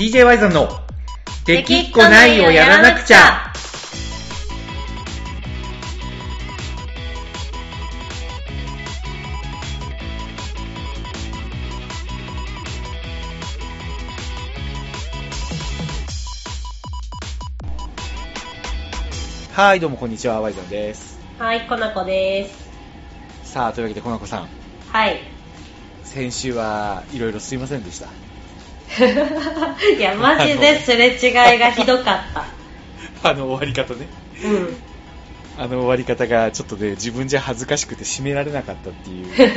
DJ ワイザンの、できっこないをやらなくちゃ。はい、どうもこんにちは、ワイザンです。はい、コナコです。さあ、というわけで、こなこさん、はい。 先週はいろいろすいませんでした。いや、マジですれ違いがひどか っ た。あの終わり方ね。うん。あの終わり方がちょっとね、自分じゃ恥ずかしくて締められなかったって いう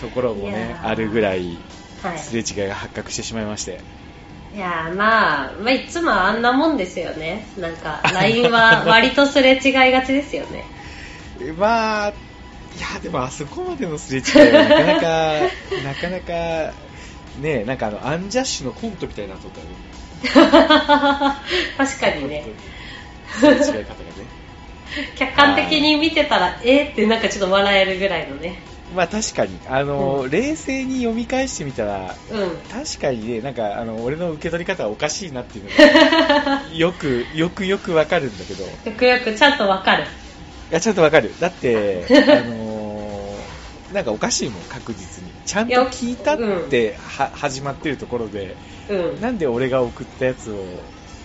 ところもいねや、ーあるぐらい、はすれ違いが発覚してしまいまして。い。いやー、まあ、まあ、いつもあんなもんですよね。なんか、LINE は割とすれ違いがちですよね。 えまあ、いや、でもあそこまでのすれ違いはなか なか、なかなか、ねなんかあの、アンジャッシュのコントみたいになっとったよね。確かにね。本当にすれ違い方がね。客観的に見てたら、えーってなんかちょっと笑えるぐらいのね。 まあ確かに、あの、うん冷静に読み返してみたら、うん。確かにね、なんかあの俺の受け取り方はおかしいなっていうの がよく、よくよくわかるんだけど、いよくよくちゃんとわかる。やちゃんとわかる、だって、あのーなんかおかしいもん、確実に、ちゃんと聞いたっては、始まってるところで、うん。なんで俺が送ったやつを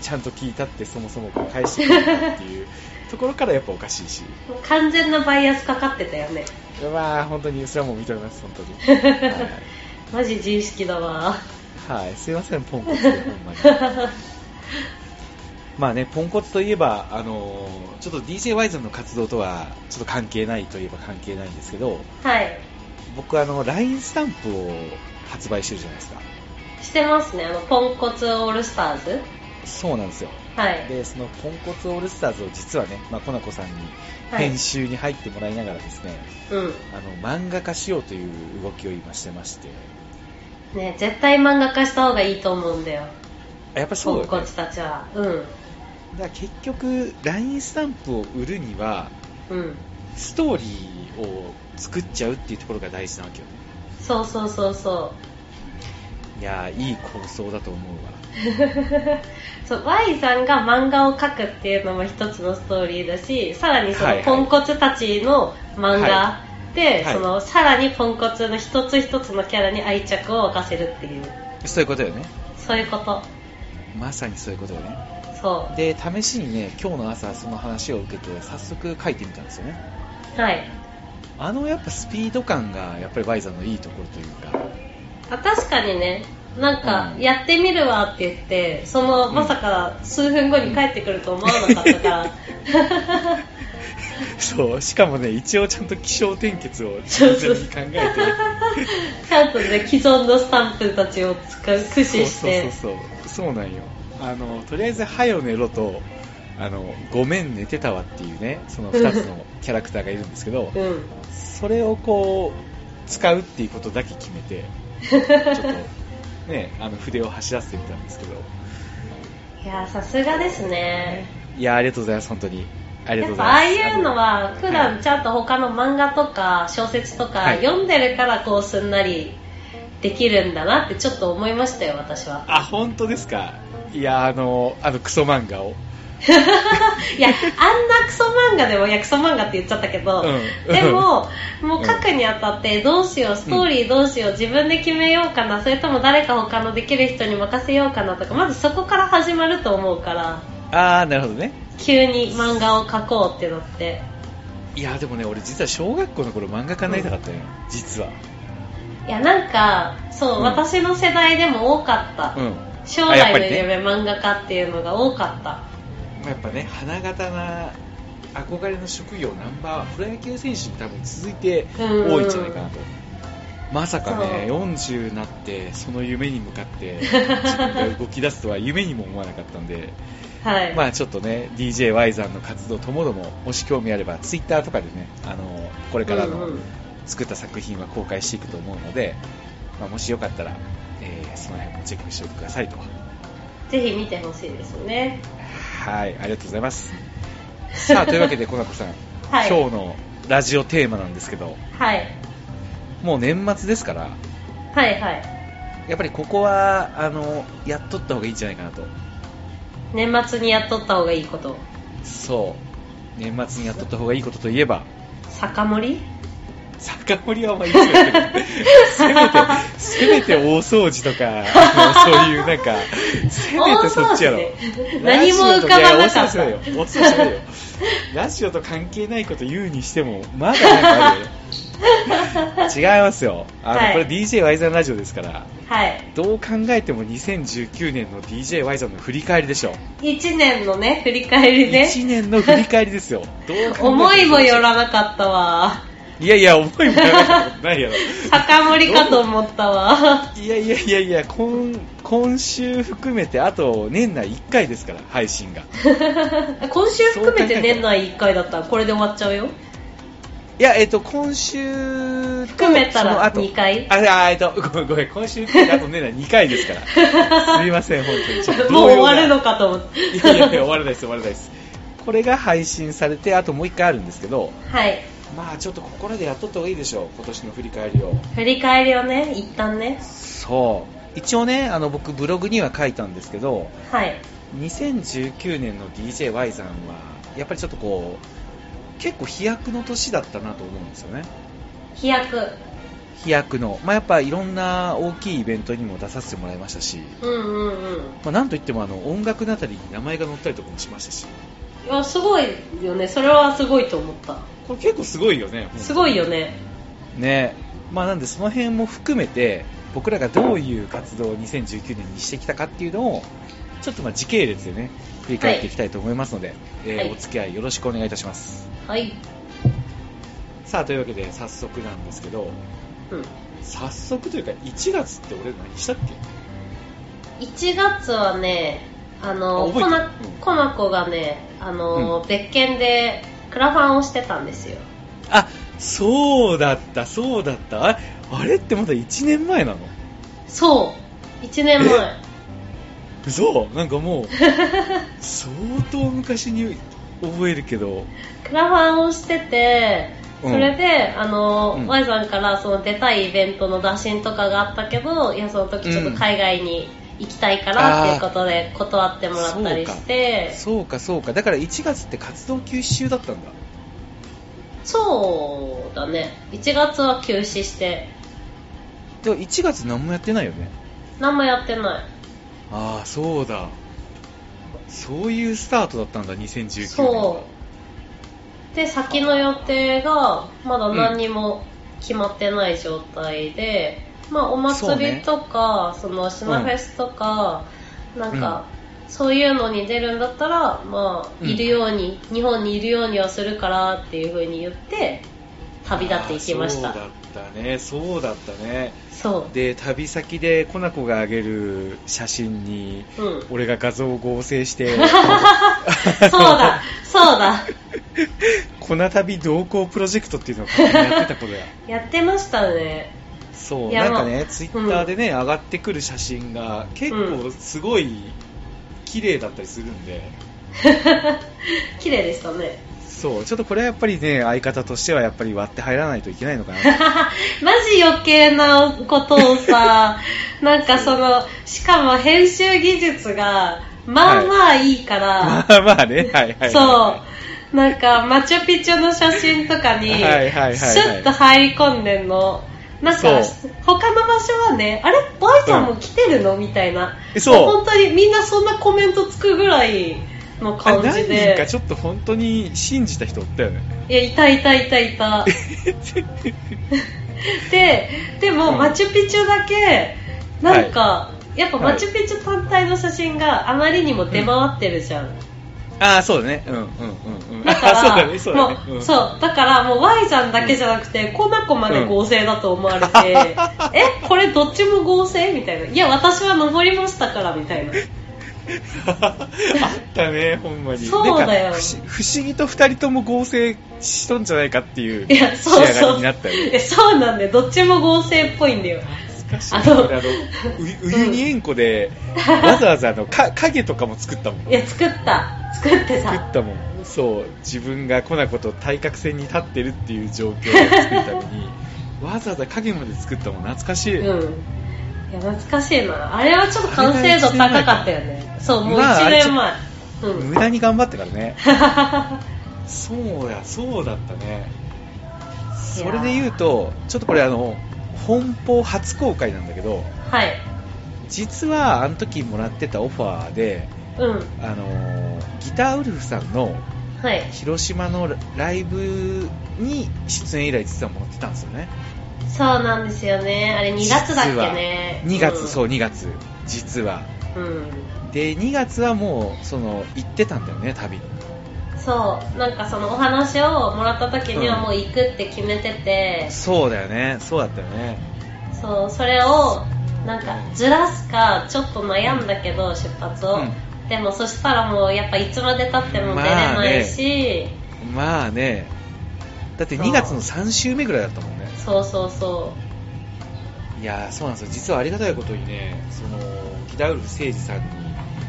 ちゃんと聞いたって、そもそも返してくれたっていうところからやっぱおかしいし、完全なバイアスかかってたよね。まあ本当にそれはもう認めます、本当 に。はいマジ自意識だわ。はい、すいません、ポンコツで、ほんま に。まあね、ポンコツといえば、あのーちょっと DJ ワイズンの活動とはちょっと関係ないといえば関係ないんですけど、はい。僕あの、LINE スタンプを発売してるじゃないですか。してますね、あの、ポンコツオールスターズ。そうなんですよ。はい。で、そのポンコツオールスターズを実はね、まあ、コナコさんにはい編。集に入ってもらいながらですね、うん。あの、漫画化しようという動きを今してまして、ね絶対漫画化した方がいいと思うんだよ。あやっぱそポうンだコよねツ。たちは。うん。だから結局、LINE スタンプを売るには、うん。ストーリーを作っちゃうっていうところが大事なわけよねそうそうそうそいやーいい構想だと思うわう。そう、Y さんが漫画を描くっていうのも一つのストーリーだし、さらにそはいのはいポンコツたちのは漫画で、はいその、さらにポンコツの一つ一つのキャラに愛着を沸かせるっていう、そういうことよねそういうこと。まさにそういうことよねそで試しにね今日の朝その話を受けて早速書いてみたんですよねう。はい。あのやっぱスピード感がやっぱりバイザーのいいところというかあ確かにねなんか、うんやってみるわって言ってそのうんまさか数分後に帰ってくると思わなかった から、そうしかもね一応ちゃんと気象転結を事前に考えてちゃんとね既存のスタンプたちを使う駆そう使しそてうそうそうそうなんよあのとりあえず「はよ寝ろ」と「あのごめん寝てたわ」っていうねその2つのキャラクターがいるんですけどうそれをこう使うっていうことだけ決めてちょっとねあの筆を走らせてみたんですけどんいやーさすがですねいやありがとうございます本当にありがやとうっござぱああいますいうのは普段はちゃんと他の漫画とか小説とはかい読んでるからこうすんなりできるんだなってちょっと思いましたよ私はあ本当ですかいやあのあのクソ漫画をいやあんなクソ漫画でもいやクソ漫画って言っちゃったけど、うんでも、もう書くにあたってどうしよう、ストーリーどうしよう、自分で決めようかな、それとも誰か他のできる人に任せようかなとか、まずそこから始まると思うから、ああなるほどね急に漫画を書こうってなって。いやでもね俺実は小学校の頃漫画家になりたかったよ、実はいや、なんか、そう、うん私の世代でも多かった。うん将あやっ来ぱのりね夢、漫画家っていうのが多かった。やっぱね、花形な憧れの職業ナンバーワン、プロ野球選手に多分続いてうん多いんじゃないかなと。まさかね、そ40になって、その夢に向か って、自分が動き出すとは夢にも思わなかったんで、はい。まあちょっとね、DJY さんの活動ともども、もし興味あれば、Twitter とかでね、あの、これからうのんうん作った作品は公開していくと思うので、まあ、もしよかったら、えーその辺もチェックしておいてくださいと。ぜひ見てほしいですよね。はい、ありがとうございます。さあ、というわけで、コナコさん、 はい今日のラジオテーマなんですけど、はい。もう年末ですから、はいはい。やっぱりここはあのやっとった方がいいんじゃないかなと年末にやっとった方がいいことそう年末にやっとった方がいいことといえば酒盛り酒盛りはまあいいですけどせめてせめて大掃除とかあのそういうなんかせめてそっちやろ大掃除ね何も浮かばなかったラジオといや大掃除だよ大掃除だよラジオと関係ないこと言うにしてもまだなんかあるよ違いますよあの、はいこれ DJ ワイザンラジオですからはいどう考えても2019年の DJ ワイザンの振り返りでしょ1年のね振り返りね1年の振り返りですよどう考えて思いもよんらなかったわいやいや思いもよらないことないやろ酒盛りかと思っ たわいやいやいやいや今今週含めてあと年内1回ですから配信が今週含めて年内1回だったらこれで終わっちゃうよいやえっと今週と含めたらその後二回ああえっとごめんごめん今週含めてあと年内2回 ですからすみません本当にちょっとも動揺う終がわるのかと思っていやいやいや終わらないです終わらないですこれが配信されてあともう1回あるんですけどはいまあちょっとここらでやっとった方がいいでしょう今年の振り返りを振り返りをね一旦ねそう一応ねあの僕ブログには書いたんですけどはい2019年の DJY さんはやっぱりちょっとこう結構飛躍の年だったなと思うんですよね飛躍飛躍の、まあ、やっぱいろんな大きいイベントにも出させてもらいましたし、うんうんうんまあ、なんといってもあの音楽のあたりに名前が載ったりとかもしましたしいやすごいよねそれはすごいと思ったこれ結構すごいよねすごいよよねねまあなんでその辺も含めて僕らがどういう活動を2019年にしてきたかっていうのをちょっとまあ時系列でね振り返っていきたいと思いますので、えーはいお付き合いよろしくお願いいたしますはい、さあというわけで早速なんですけどうん、早速というか1月って俺何したっけ1月はねああの覚えコてナうんコナコがねあの、別件でクラファンをしてたんですよあそうだったそうだったああれってまだ1年前なのそう1 年前嘘なんかもう相当昔に覚えるけどクラファンをしててうんそれで、あの、うん Y さんからその出たいイベントの打診とかがあったけど、いや、その時ちょっと海外に行きたいからっていうことで断ってもらったりして、そうかそうかだから1月って活動休止中だったんだそうだね。1月は休止して、でも1月何もやってないよね何もやってない。ああそうだそういうスタートだったんだ2019年そう。で、先の予定がまだ何にも決まってない状態で、まあお祭りとか、そ,、のシナフェスとか、なんか、そういうのに出るんだったら、まあ、うんいるように、日本にいるようにはするからっていう風に言って、旅立っていきましあた。ーそうだったねそうだったねそで旅先でコナコが上げる写真に う。うん。俺が画像を合成して そうだ、そうだ。コナ旅同行プロジェクトっていうのを勝手にやってた頃ややってましたね。そういやなんまあかねツイッターでね、上がってくる写真が結構すごい綺麗だったりするんで、綺麗でしたね。そうちょっとこれはやっぱりね相方としてはやっぱり割って入らないといけないのかな マジ余計なことを さ、なんかその、しかも編集技術が、まあまあいいから、まあまあねはいはい、はい、そう、なんかマチュピチュの写真とかに、はいはいはいはいシュッと入り込んでんの。なんかそ、他の場所はね、あれボイさんも来てるの、みたいな。そう本当にみんなそんなコメントつくぐらいの感じあ何人かで。ちょっと本当に信じた人おったよねいや、いたいたいたいた。 で、でうも、んマチュピチュだけ、なんか、やっぱマチュピチュ単体の写真があまりにも出回ってるじゃん。ああそうだねうんうんうんうんだあから、 そうだねそうだねもう、んそう、だからもう Y さんだけじゃなくて、コナコまで合成だと思われて、 え、これどっちも合成みたいな。いや、私は登りましたから、みたいな。 あったね、ほんまに。そうだよなんか不思不思議と二人とも合成しとんじゃないかっていういや、仕そう上がりそう。になったよね。え、そうなんで、どっちも合成っぽいんだよ。懐かしいあの俺あのううゆにえんこで、わざわざあのか影とかも作ったもん。いや、作った。作って作さ。ったもん。そう、自分がコナコと対角線に立ってるっ ていう状況を作るために、わざわざ影まで作ったもん、懐かしい。うん。いや懐かしいなあれはちょっと完成度高かったよねそうもうまあ1年前、あう無ん駄に頑張ってからねそうやそうだったねそれで言うとちょっとこれあの本邦初公開なんだけど はい実はあの時もらってたオファーでうんあのギターウルフさんのはい広島のライブに出演依頼実はもらってたんですよねそうなんですよねあれ2月だっけね2月、うん、そう2月実はうんで2月はもうその行ってたんだよね旅にそうなんかそのお話をもらった時にはうんもう行くって決めてて、そうだよねそうだったよねそうそれをなんかずらすかちょっと悩んだけど出発を、うんでもそしたらもうやっぱいつまでたっても出れないし、まあねだってそう2月の3週目ぐらいだったもんねそうそうそいやーそうなんですよ実はありがたいことにねそのギダウルフ誠司さんに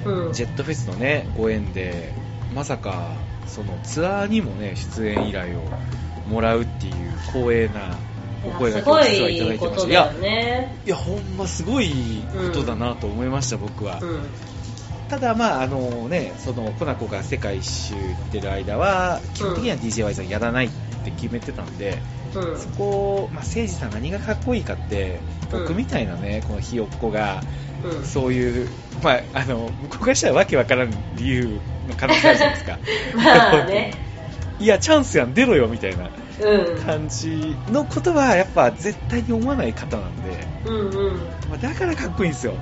ううんジェットフェスのねご縁でまさかそのツアーにもね出演依頼をもらうっていう光栄なお声がけを実はいただいてましすごいことたいだやよねいやほんますごいことだなと思いました、僕は、うんただまああのねそのコナコが世界一周行ってる間は基本的には DJY さんやらないって決めてたんで、うんそこを、まあ、誠司さん何がかっこいいかって僕みたいなね、このひよっこがうんそういう、まあ、あの向こうがしたらわけわからん理由の可能性あるじゃないですか まあね いやチャンスやん出ろよみたいなうん感じのことはやっぱ絶対に思わない方なんで、うんうんまあ、だからかっこいいんですよ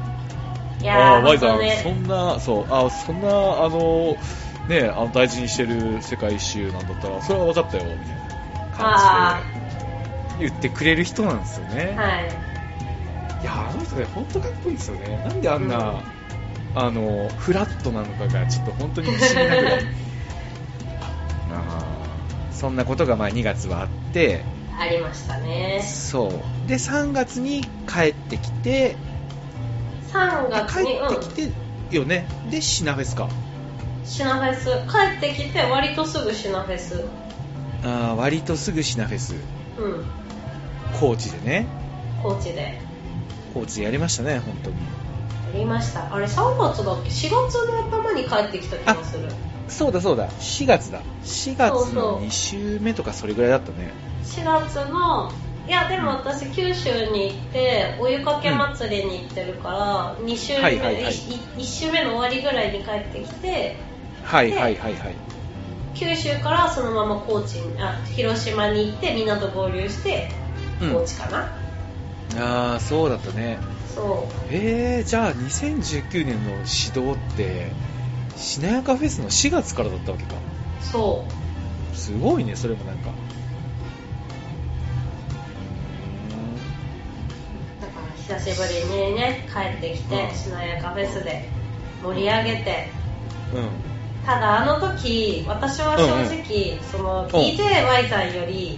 いあやあーワイさ本ん、当そねんな、そう、あそんな、あの、ね、あの大事にしてる世界一周なんだったら、それは分かったよ、みたいなあ感じで言ってくれる人なんですよね。はいい、や、あの人ね、本当かっこいいですよね。なんであんな、あの、フラットなのかが、ちょっと本当に不思議なぐ らい。あーそんなことがまあ2月はあって、ありましたねそう。で、3月に帰ってきて、 3あ帰月にっうてんきてよね。で、シナフェスか。シナフェス帰ってきて割とすぐシナフェスあー割とすぐシナフェスうん高知でね高知でや高知でやりましたね本当にりましたあれ3月だっけ4月の頭に帰ってきた気がするそうだそうだ4月だ4月そうそのう2週目とかそれぐらいだったね4月のいやでも私九州に行ってお湯かけ祭りに行ってるから、2週目、はいはいはい1週目の終わりぐらいに帰ってきてはいはいはいはい九州からそのまま高知にあ広島に行ってみんなと合流してうん高知かな、ああそうだったねそえー、じゃあ2019年の指導ってしなやかフェスの4月からだったわけかうそうすごいねそれもなんかだから久しぶりにね帰ってきて、うんしなやかフェスで盛り上げて、うーんうんただあの時私は正直、その DJY さんより、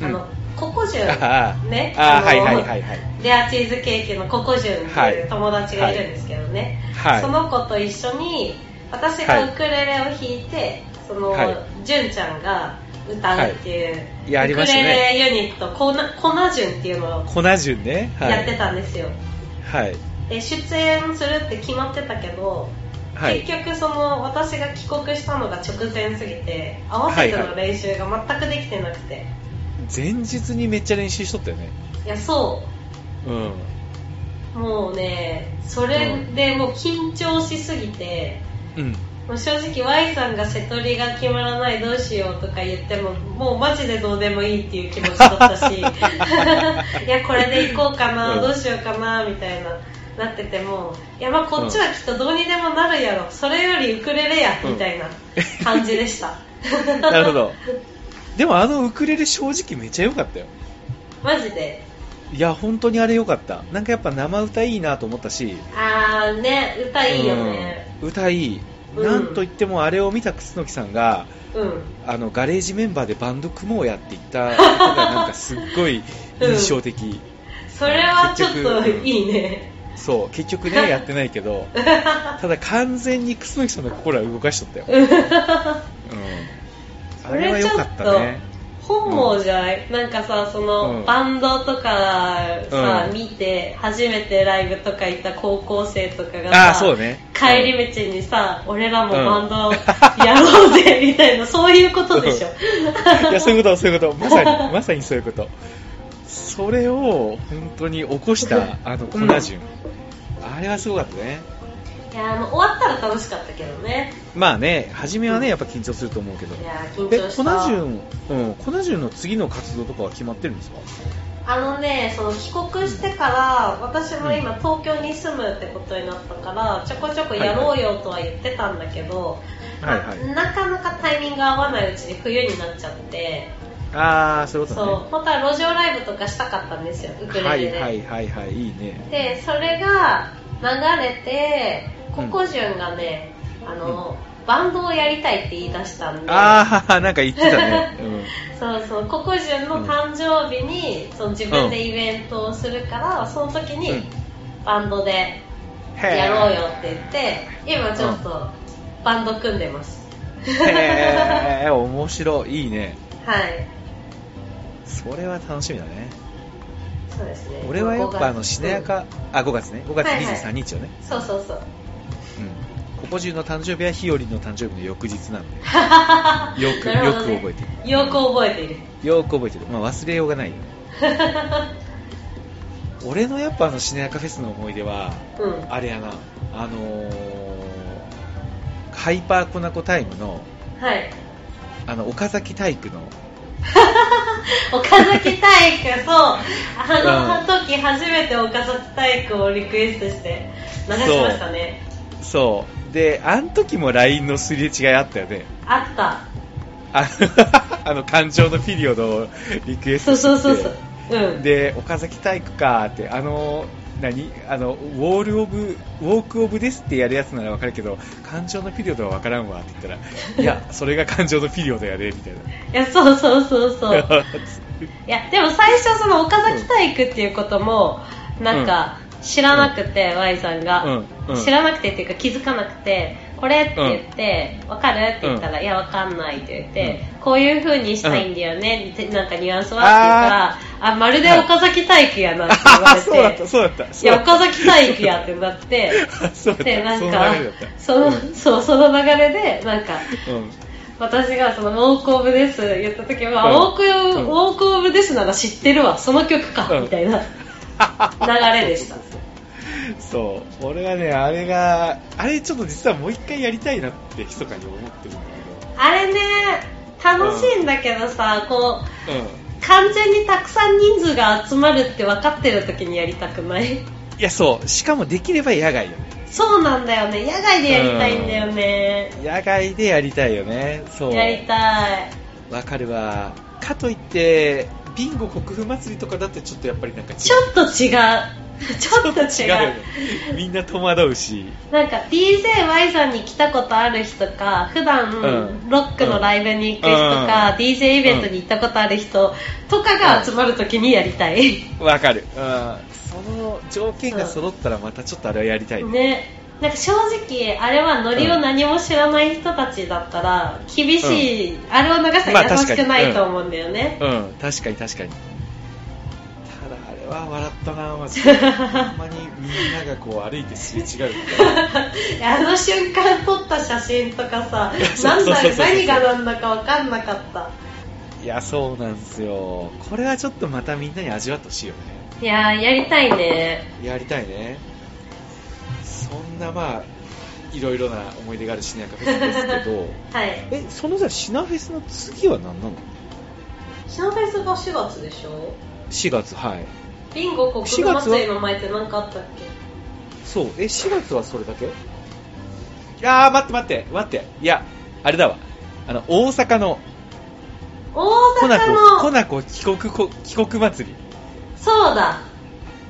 うんあのココジュンあーねあーあのはいはいはいはいレアチーズケーキのココジュンってはいいう友達がいるんですけどね、はいその子と一緒に私がウクレレを弾いて、その、はいジュンちゃんが歌うっていう、いやりまウクしたねレレユニットコナコナジュンっていうのを粉順ねはいやってたんですよ、はいで出演するって決まってたけど、はい結局その私が帰国したのが直前すぎて合わせての練習が全くできてなくて、い前日にめっちゃ練習しとったよねやそううんもうね、それでもう緊張しすぎて、うんもう正直 Y さんが瀬戸りが決まらないどうしようとか言っても、もうマジでどうでもいいっていう気持ちだったし、いや、これで行こうかな、うんどうしようかな、みたいな。なっててもいやまあこっちはきっとどうにでもなるやろ、それよりウクレレや、うんみたいな感じでした なるほどでもあのウクレレ正直めちゃ良かったよマジでいや本当にあれ良かったなんかやっぱ生歌いいなと思ったしああね歌いいよねうん歌いい、うんなんといってもあれを見た楠木さんがうんあのガレージメンバーでバンド組もうやって言ったことがなんかすっごい印象的、それはちょっと結局いいねそう結局ね やってないけどただ完全に楠木さんの心は動かしとったよ、うん、あれは良かったね本望じゃない、なんかさその、うんバンドとかさ、うん見て初めてライブとか行った高校生とかがあさあそうね帰り道にさ、俺らもうんバンドやろうぜみた いな、そういうことでしょ。いやそういうことそう いうことまさにまさにそういうことそれを本当に起こしたあのコナジュン、あれはすごかったね いやあの終わったら楽しかったけどね。まあね初めはねやっぱ緊張すると思うけどいやー緊張えしコた。ナジュン、うん、コナジュンの次の活動とかは決まってるんですかあのね、その帰国してから、私も今東京に住むってことになったから、ちょこちょこやろうよとは言ってたんだけど、はいはいなかなかタイミング合わないうちに冬になっちゃって、ああそういうことねそう、本当は路上ライブとかしたかったんですよ、ウクレレで。はいはいはいはいいいねでそれが流れてココジュンがね、あの、バンドをやりたいって言い出したんでああなんか言ってた ね、うんそうそうココジュンの誕生日に、その自分でイベントをするから、その時うにんバンドでへーやろうよって言って今ちょっとバンド組んでます、 へえ面白いいいねはいそれは楽しみだねそうですね俺はやっぱあの5しなやかあ5月ね5月はいはい23日をね、そうそうそううんここ中の誕生日は日和の誕生日の翌日なんでよ く、なるよほくど覚ねえてるよく覚えているよく覚えてる、まあ、忘れようがないよ 俺のやっぱあのしなやかフェスの思い出はうんはあれやなあのーハイパーコナコタイムのいあの岡崎体育の岡崎体育そうあうんの時初めて岡崎体育をリクエストして流しましたねそうであの時も LINE のすれ違いあったよねあったあの あの感情のピリオドをリクエスそうトしてきてそうそうそううんで岡崎体育かってあの何あのウォールオブウォークオブですってやるやつならわかるけど感情のピリオドはわからんわって言ったら いやそれが感情のピリオドやでみたいないやそうそうそうそう ついやでも最初その岡崎体育っていうこともなんか知らなくて、Y さんが、うんうん知らなくてっていうか気づかなくてこれって言って、わかるって言ったら、いやわかんないって言って、こういう風にしたいんだよね、ってなんかニュアンスはって言ったらあまるで岡崎体育やなって言わあれてそうだったそうだったいそうだや、った岡崎体育やってなって、 そうだったで、なんそのか流れだっ、たその、うんそう、その流れで、なんか、うん私がその、ウォークオブです言った時は、うんウォークオブ、うんウォークオブですなら知ってるわ、その曲か、うんみたいな流れでした。そう俺はねあれがあれちょっと実はもう一回やりたいなって密かに思ってるんだ あれね、楽しいんだけどさ、こう、けどうん完全にたくさん人数が集まるって分かってる時にやりた くないいやそうしかもできれば野外よねそうなんだよね、野外でやりたいんだよね。野外でやりたいよねそうやりたい。わかるわかといってビンゴ国府祭りとかだってちょっとやっぱりなんか違うちょっと違う。ちょっと違よう。ねみんな戸惑うしなんか DJY さんに来たことある人か、普段、うんロックのライブに行く人か、うん DJ イベントに行ったことある人とかが集まるときにやりたい。わかる、うん、その条件が揃ったらまたちょっとあれはやりたいね、ね。なんか正直、あれはノリを何も知らない人たちだったら、厳しい、あれを流したまあら優しくな確かにいと思うんだよね。うん確かに確かにただあれは笑ったなマ ジでほんまにみんながこう歩いてすれ違うみたいな あの瞬間撮った写真とかさいや、 そうなんそうそうだ、そう何がなんだかわかんなかった。いやそうなんですよこれはちょっとまたみんなに味わってほしいよねいやー、やりたいね。やりたいねそんなまあいろいろな思い出があるシネアカフェス ですけど はい。えそのじゃあシナフェスの次は何なのシナフェスが4月でしょ4月はいビンゴ国4語月は祭りの前って何かあったっけそうえ4月はそれだけいやー待って待って待っていやあれだわあの大阪の大コナココ阪のナコ帰国こ帰国祭りそうだ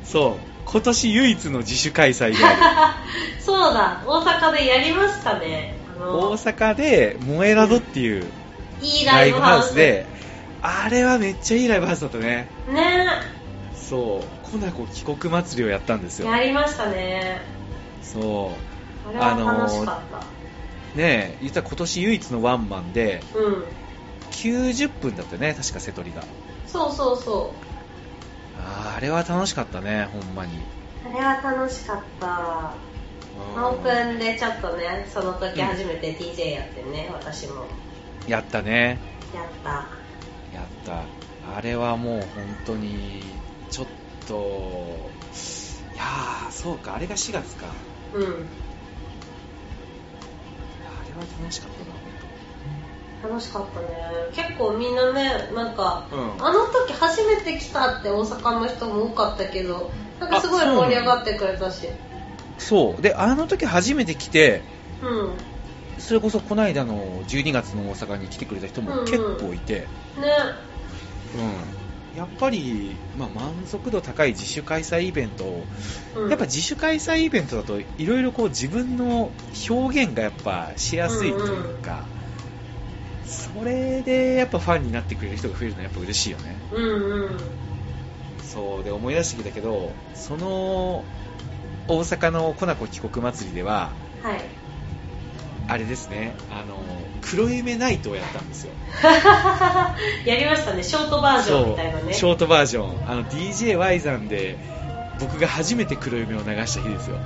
そう今年唯一の自主開催で ある そうだ大阪でやりましたねあ大の阪で「萌えラド」っていういいラライイブブハハウウススであれはめっちゃいいライブハウスだったねねそう、コナコ帰国祭りをやったんですよ。やりましたねそあれはあのー楽しかった、う。ねえ、言ったら今年唯一のワンマンで、うん90分だったよね確か瀬戸りがそうそうそあーあれは楽しかったねほんまにうあれは楽しかったオープンでちょっとねその時初めて DJ やってね、私もやったねやったやったあれはもう本当にちょっといやーそうかあれが4月かうんあれは楽しかったな楽しかったね結構みんなねなんか、うんあの時初めて来たって大阪の人も多かったけどなんかすごいあそうなの盛り上がってくれたしそうであの時初めて来てうんそれこそこの間の12月の大阪に来てくれた人も結構いて、ねうんやっぱり、まあ、満足度高い自主開催イベントをうんやっぱ自主開催イベントだといろいろこう自分の表現がやっぱしやすいというか、それでやっぱファンになってくれる人が増えるのはやっぱ嬉しいよねうんうんそうで思い出してきたけどその大阪のコナコ帰国祭りでははい あれですねあの黒夢ナイトをやったんですよやりましたねショートバージョンみたいなねショートバージョンあの DJY さんで僕が初めて黒夢を流した日 ですよ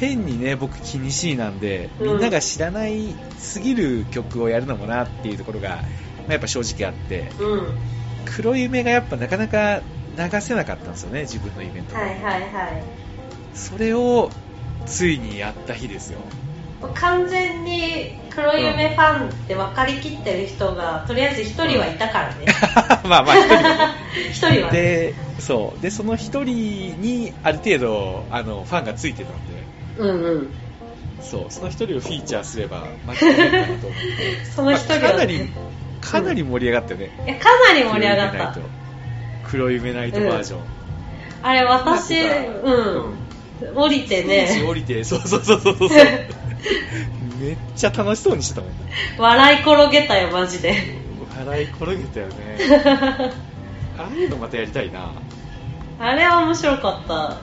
変にね僕気にしいなんでうんみんなが知らないすぎる曲をやるのもなっていうところが、まあやっぱ正直あってうんは黒夢がやっぱなかなか流せなかったんですよね自分のイベンいトで、はいはいそれをついにやった日ですよもう完全に黒夢ファンって分かりきってる人がとりあえず1人はいたからね まあまあ一人でね 1人はねでそうでその一人にある程度あのファンがついてたんでうんうんそうその一人をフィーチャーすれば間違いないかなと思って その一人は、まあねかなりかなり盛り上がったよね、 いやかなり盛り上がった黒夢ナイト黒夢ナイトバージョン、あれ私なんかうん降りてステージね降りてそうそうそうそうそう めっちゃ楽しそうにしてたもんね笑い転げたよマジで笑い転げたよねああいうのまたやりたいなあれは面白かった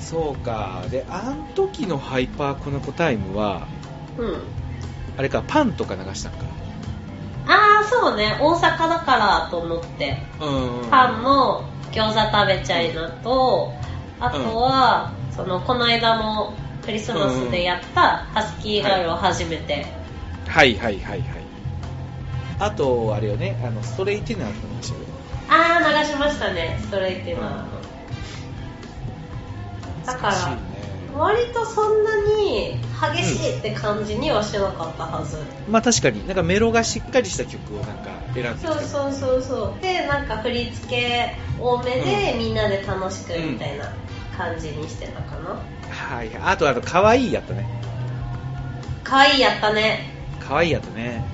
そうかであの時のハイパーコナコタイムはうんあれかパンとか流したんかああそうね大阪だからと思ってうんパンの餃子食べちゃいなとあとは、そのこの間もクリスマスでやったハスキーガールを初めて、はいはいはいはいあとあれよねあのストレイティナーの話よねああ流しましたねストレイティナだか懐らしいねー割とそんなに激しいって感じにはしなかったはず、まあ確かになんかメロがしっかりした曲をなんか選んできそうたそうそうそうでなんか振り付け多めでみんなで楽しくみたいな感じにしてたかな、はいはいあとあと可愛いやったね可愛いやったね可愛いやったね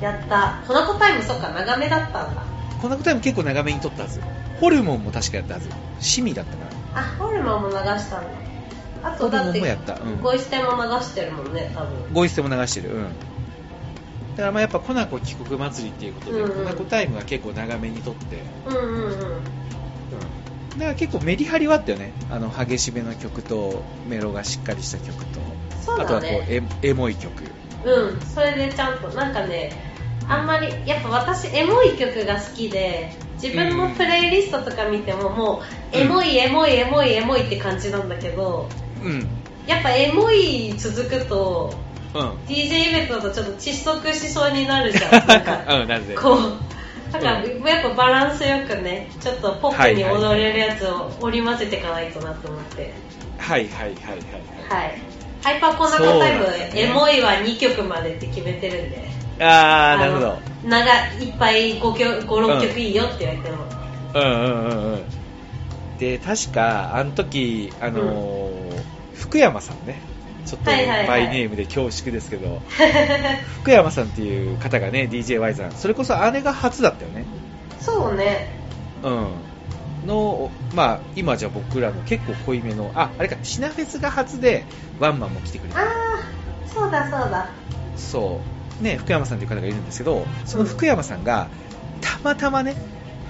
やったこの子タイムそっか長めだったんだこのタイム結構長めに撮ったはずホルモンも確かやったはずシミだったかなあホルモンも流したんだあとだホルっモンてもやったうんご一線も流してるもんね多分ゴイステも流してるうんだからまあやっぱコナコ帰国祭りっていうことで、うんうんコナコタイムは結構長めに撮ってうんうんうんだから結構メリハリはあったよねあの激しめの曲とメロがしっかりした曲と、そうあとはだこうねエエモい曲うんそれでちゃんとなんかねあんまりやっぱ私エモい曲が好きで自分のプレイリストとか見てももううんエモいエモいエモいエモいって感じなんだけどうんうんやっぱエモい続くと DJ イベントだとちょっと窒息しそうになるじゃ んなんかうんなるでこうだからうやっぱバランスよくねちょっとポップに踊れるやつを織り交ぜていかないとなと思ってはいはいはいはいははいハイパーコーナそカうタイなんム、だねエモいは2曲までって決めてるんでいああなるほどど長いっぱい56曲いいよって言われても、うんうんうんうんで確かあの時あのー福山さんねちょっとはいはいはいバイネームで恐縮ですけど、福山さんっていう方がね DJY さんそれこそあれが初だったよねそうねうん、の、まあ、今じゃ僕らの結構濃いめの、あ、あれか、シナフェスが初で、ワンマンも来てくれあた。あそうだそうだそう。ね、福山さんという方がいるんですけど、その福山さんが、たまたまね、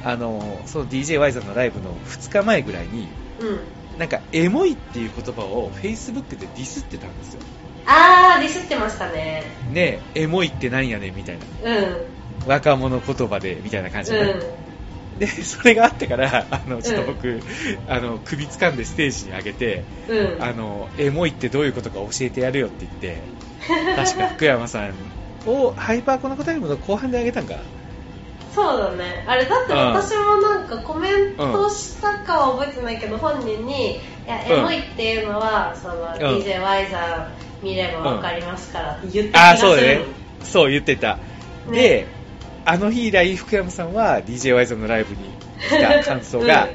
あの、その DJY さんのライブの2日前ぐらいに、うんなんか、エモいっていう言葉を Facebook でディスってたんですよ。あー、ディスってましたね。ねエモいってなんやねんみたいなうん。若者言葉でみたいな感じで、うん。でそれがあってからあのちょっとうん僕、あの首掴んでステージに上げて、うん。あのエモいってどういうことか教えてやるよって言 って確か福山さんをハイパーコの答えも後半であげたんかなそうだね。あれ、だってうん私もなんかコメントしたかは覚えてないけど、本人に、いや、うんエモいっていうのは、その、DJY さん見ればわかりますからって言った気あがあすそる。うだねそう言ってた、ねであの日以来福山さんは d j y さんのライブに来た感想 が、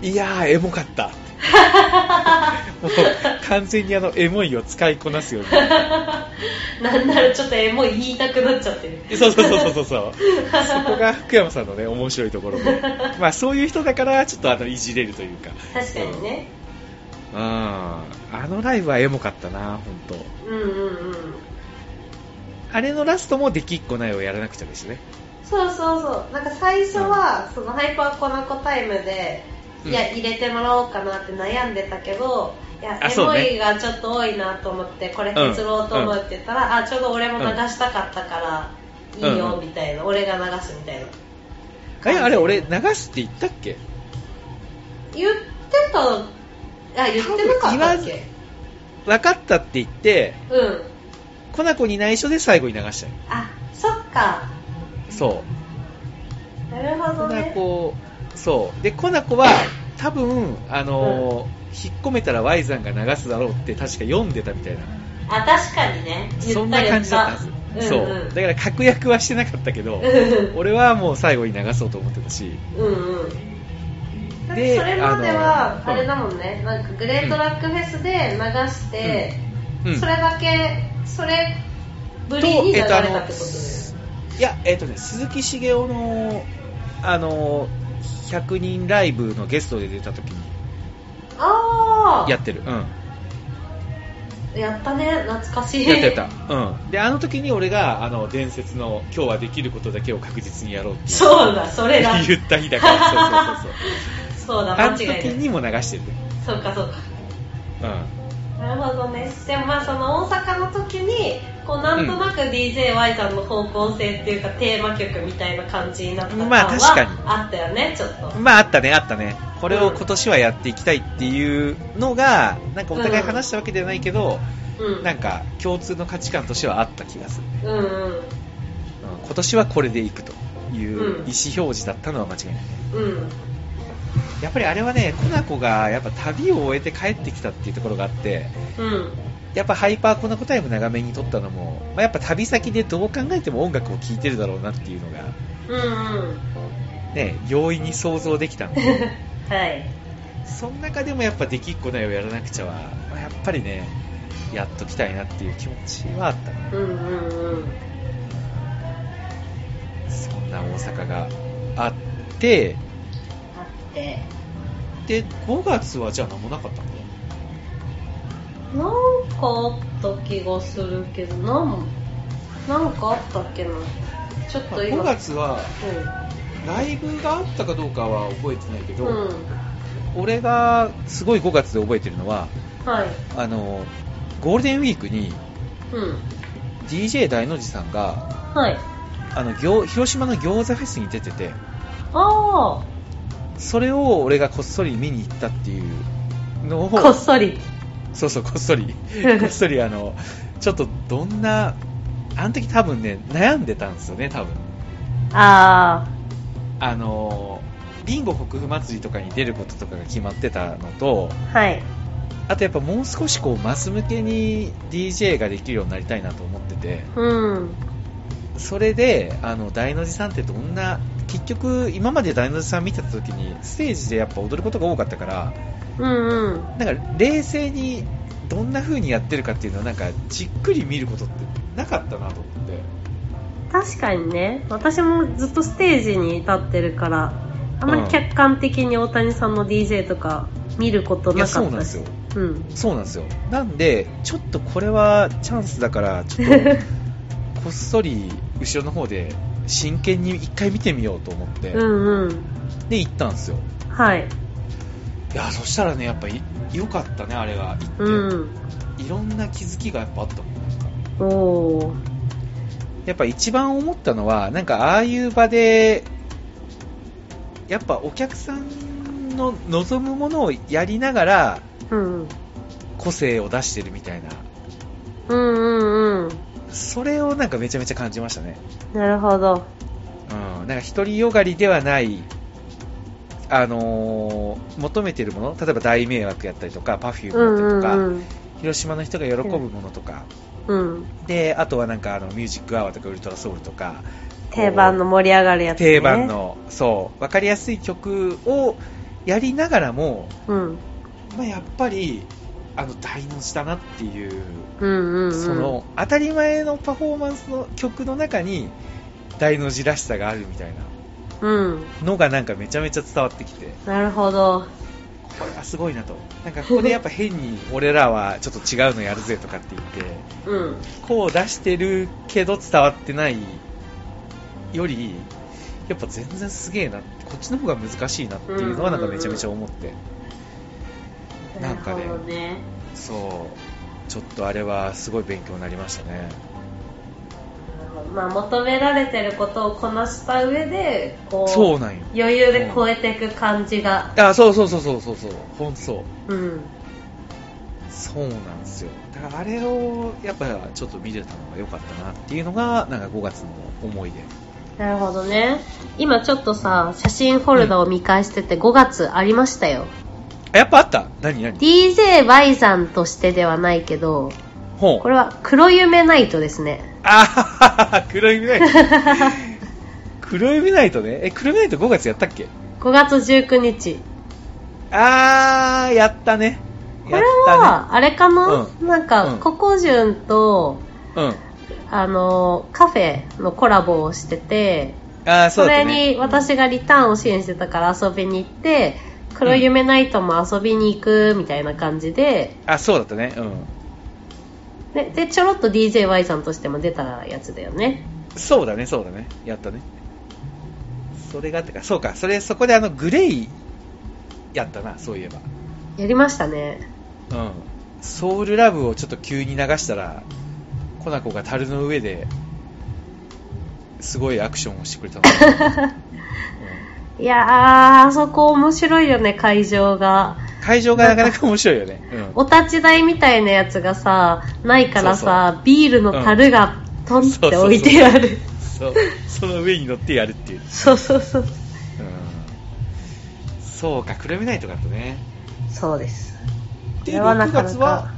いやーエモかったってもう完全にあのエモいを使いこなすように なんならちょっとエモい言いたくなっちゃってる。そうそうそうそうそうそうそこが福山さんのね面白いところ で、まあ、そういう人だからちょっとあのいじれるというか確かにね。うんあのライブはエモかったな本当うんうんうん。あれのラストもできっこないをやらなくちゃですねそうそうそう。なんか最初は、そのハイパーコナコタイムで、うんいや、入れてもらおうかなって悩んでたけど、いや、あエそうモねいがちょっと多いなと思って、これ削ろうと思うって言ったら、あ、ちょうど俺も流したかったから、うんいいよう、んみたいな、俺が流すみたいあな。れあれ俺流すって言ったっけ言ってた、あ、言ってなかったっけ分かったって言ってうん。コナコに内緒で最後に流したよあ、そっか。そなるうほコどナね。コそうでコナコは多分あのー引っ込めたら Y さんが流すだろうって確か読んでたみたいなあ、確かにね。そんな感じだったはず、そそううんだから確約はしてなかったけど うん俺はもう最後に流そうと思ってたしうんうんだってでそれまではあのあれだもんね、なんかグレートラックフェスで流して、うんそれだけそれぶりに流れたってことだよね、いや、えっ、とね、鈴木茂雄の、あの、100人ライブのゲストで出た時にああやってる。うん。ややったね懐かしいってた。うん。で、あの時に俺が、あの、伝説の今日はできることだけを確実にやろうって そうだそれ だ言った日だ から、そうそうそうそう。そうだあ間の時違いないにも流してるね。そうかそうかうん。なるほどねでもまあその大阪の時にこうなんとなく DJY さんの方向性っていうか、テーマ曲みたいな感じになった感まあ確かにはあったよねちょっとまあ、あったね、あったね。これを今年はやっていきたいっていうのが、なんかお互い話したわけではないけど、うんなんか共通の価値観としてはあった気がする。うんうんうん今年はこれでいくという意思表示だったのは間違いない、うんやっぱりあれはねコナコがやっぱ旅を終えて帰ってきたっていうところがあってうんやっぱハイパーコナコタイム長めに撮ったのも、まあ、やっぱ旅先でどう考えても音楽を聴いてるだろうなっていうのがうんうんね容易に想像できたの はいその中でもやっぱできっこないをやらなくちゃは、まあやっぱりねやっときたいなっていう気持ちはあったねうんうんうんそんな大阪があってあってで5月はじゃあ何もなかったのなんかあった気がするけどなんなんかあったっけなちょっまあと今5月はライブがあったかどうかは覚えてないけうど、ん、うん、俺がすごい5月で覚えてるのははいあのゴールデンウィークにうん DJ 大の字さんがはいあの餃広島の餃子フェスに出ててああそれを俺がこっそり見に行ったっていうのをこっそりそうそうこっそり こっそりあのちょっとどんなあの時多分ね悩んでたんですよね多分ああのビンゴ国府祭りとかに出ることとかが決まってたのとあはいあとやっぱもう少しこうマス向けに DJ ができるようになりたいなと思っててうんそれであの大の字さんってどんな結局今まで大の字さん見てた時にステージでやっぱ踊ることが多かったからうんうんなんか冷静にどんな風にやってるかっていうのはなんかじっくり見ることってなかったなと思って確かにね私もずっとステージに立ってるからあんまり客観的に大谷さんの DJ とか見ることいやなかそうっなんたですしようんそうなんですよなんでちょっとこれはチャンスだからちょっとこっそり後ろの方で真剣に一回見てみようと思って、うんうんで行ったんですよはいいやそしたらねやっぱり良かったねあれが行って、うんいろんな気づきがやっぱあったもんなんかおおーやっぱ一番思ったのはなんかああいう場でやっぱお客さんの望むものをやりながらうん個性を出してるみたいなうんうんうんそれをなんかめちゃめちゃ感じましたねなるほどうんなんか独りよがりではない、あのー求めてるもの、例えば大迷惑やったりとか、パフューうムだったんうりとか、ん広島の人が喜ぶものとか、うんうんであとはなんかあのミュージックアワーとかウルトラソウルとか、定番のこ盛り上がるうやつ、ね、定番の、そう、わかりやすい曲をやりながらも、うんまあ、やっぱり、あの大の字だなっていう、うんうんうんその当たり前のパフォーマンスの曲の中に、大の字らしさがあるみたいな。うんのがなんかめちゃめちゃ伝わってきてなるほどこれはすごいなとなんかここでやっぱ変に俺らはちょっと違うのやるぜとかって言ってうんこう出してるけど伝わってないよりやっぱ全然すげえなってこっちの方が難しいなっていうのはなんかめちゃめちゃ思ってなんかねなるほどねそうちょっとあれはすごい勉強になりましたねまあ求められてることをこなした上でこうそうなんよ余裕で超えていく感じがあそうそうそうそうそうそうほんとそううんそうなんですよだからあれをやっぱちょっと見れたのが良かったなっていうのがなんか5月の思い出なるほどね今ちょっとさ写真フォルダを見返してて5月ありましたよ、あやっぱあった何何 DJY さんとしてではないけどほこうれは黒夢ナイトですねあははは黒いナイト黒いナイトねえ黒いナイト5月やったっけ5月19日あーやったねこやれったねはあれかな、うんなんうかんココジュンとうんあのカフェのコラボをしててあーそそうだっれたねに私がリターンを支援してたから遊びに行って、黒夢ナイトも遊びに行くみたいな感じで、あそうだったねうんで、でちょろっと DJY さんとしても出たやつだよね。そうだねそうだねやったねそれがあったからそうかそれそこであのグレイやったなそういえばやりましたね。うん、ソウルラブをちょっと急に流したら、コナコが樽の上ですごいアクションをしてくれた の、ういやー、あそこ面白いよね、会場が。ん会場がなかなか面白いよね、うんお立ち台みたいなやつがさ、ないからさ、ビールの樽がトンって置いてある。そうその上に乗ってやるっていう、そうそうそう。うん、そうか、暗めないとかとね、そうです。こでれはな6かな月はか。、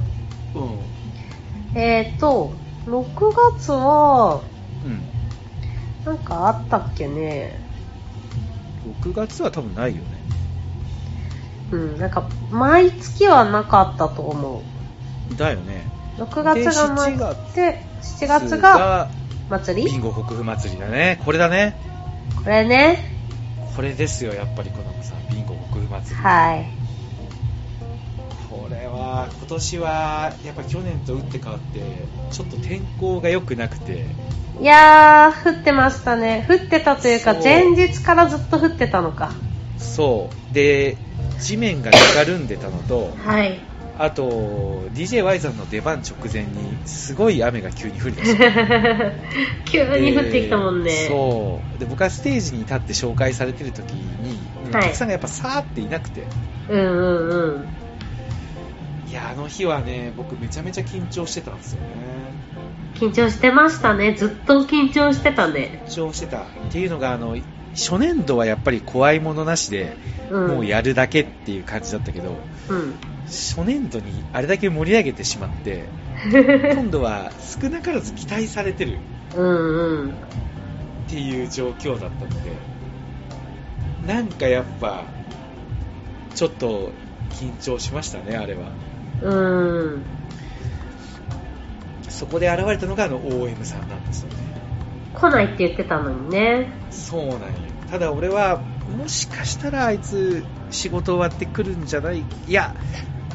えーと、6月は、うんうん、なんかあったっけね。 6月は多分ないよね、うん、なんか、毎月はなかったと思う。だよね、 6月が毎で月で、7月が祭ビンりゴ国府祭りだね、これだね。これね。これですよ、やっぱりこのさん、ビンゴ国府祭り、はい。これは今年はやっぱ去年と打って変わって、ちょっと天候が良くなくて、いやー、降ってましたね。降ってたというか、そう前日からずっと降ってたのか。そう、で、地面がぬかるんでたのと、はい。あと、DJY さんの出番直前に、すごい雨が急に降り出して、急に降ってきたもんね。でそうで、僕はステージに立って紹介されてる時に、はいお客さんがやっぱさーっていなくて、うんうんうん。いや、あの日はね、僕、めちゃめちゃ緊張してたんですよね。緊張してましたね。ずっと緊張してたね。緊張してたっていうのがあの初年度はやっぱり怖いものなしで、うん。もうやるだけっていう感じだったけどうん。初年度にあれだけ盛り上げてしまって 今度は少なからず期待されてるうんうん。っていう状況だったのでなんかやっぱちょっと緊張しましたねあれはうん。そこで現れたのがあの OM さんなんですよね来ないって言ってたのにね。そうなんよただ俺はもしかしたらあいつ仕事終わってくるんじゃないいや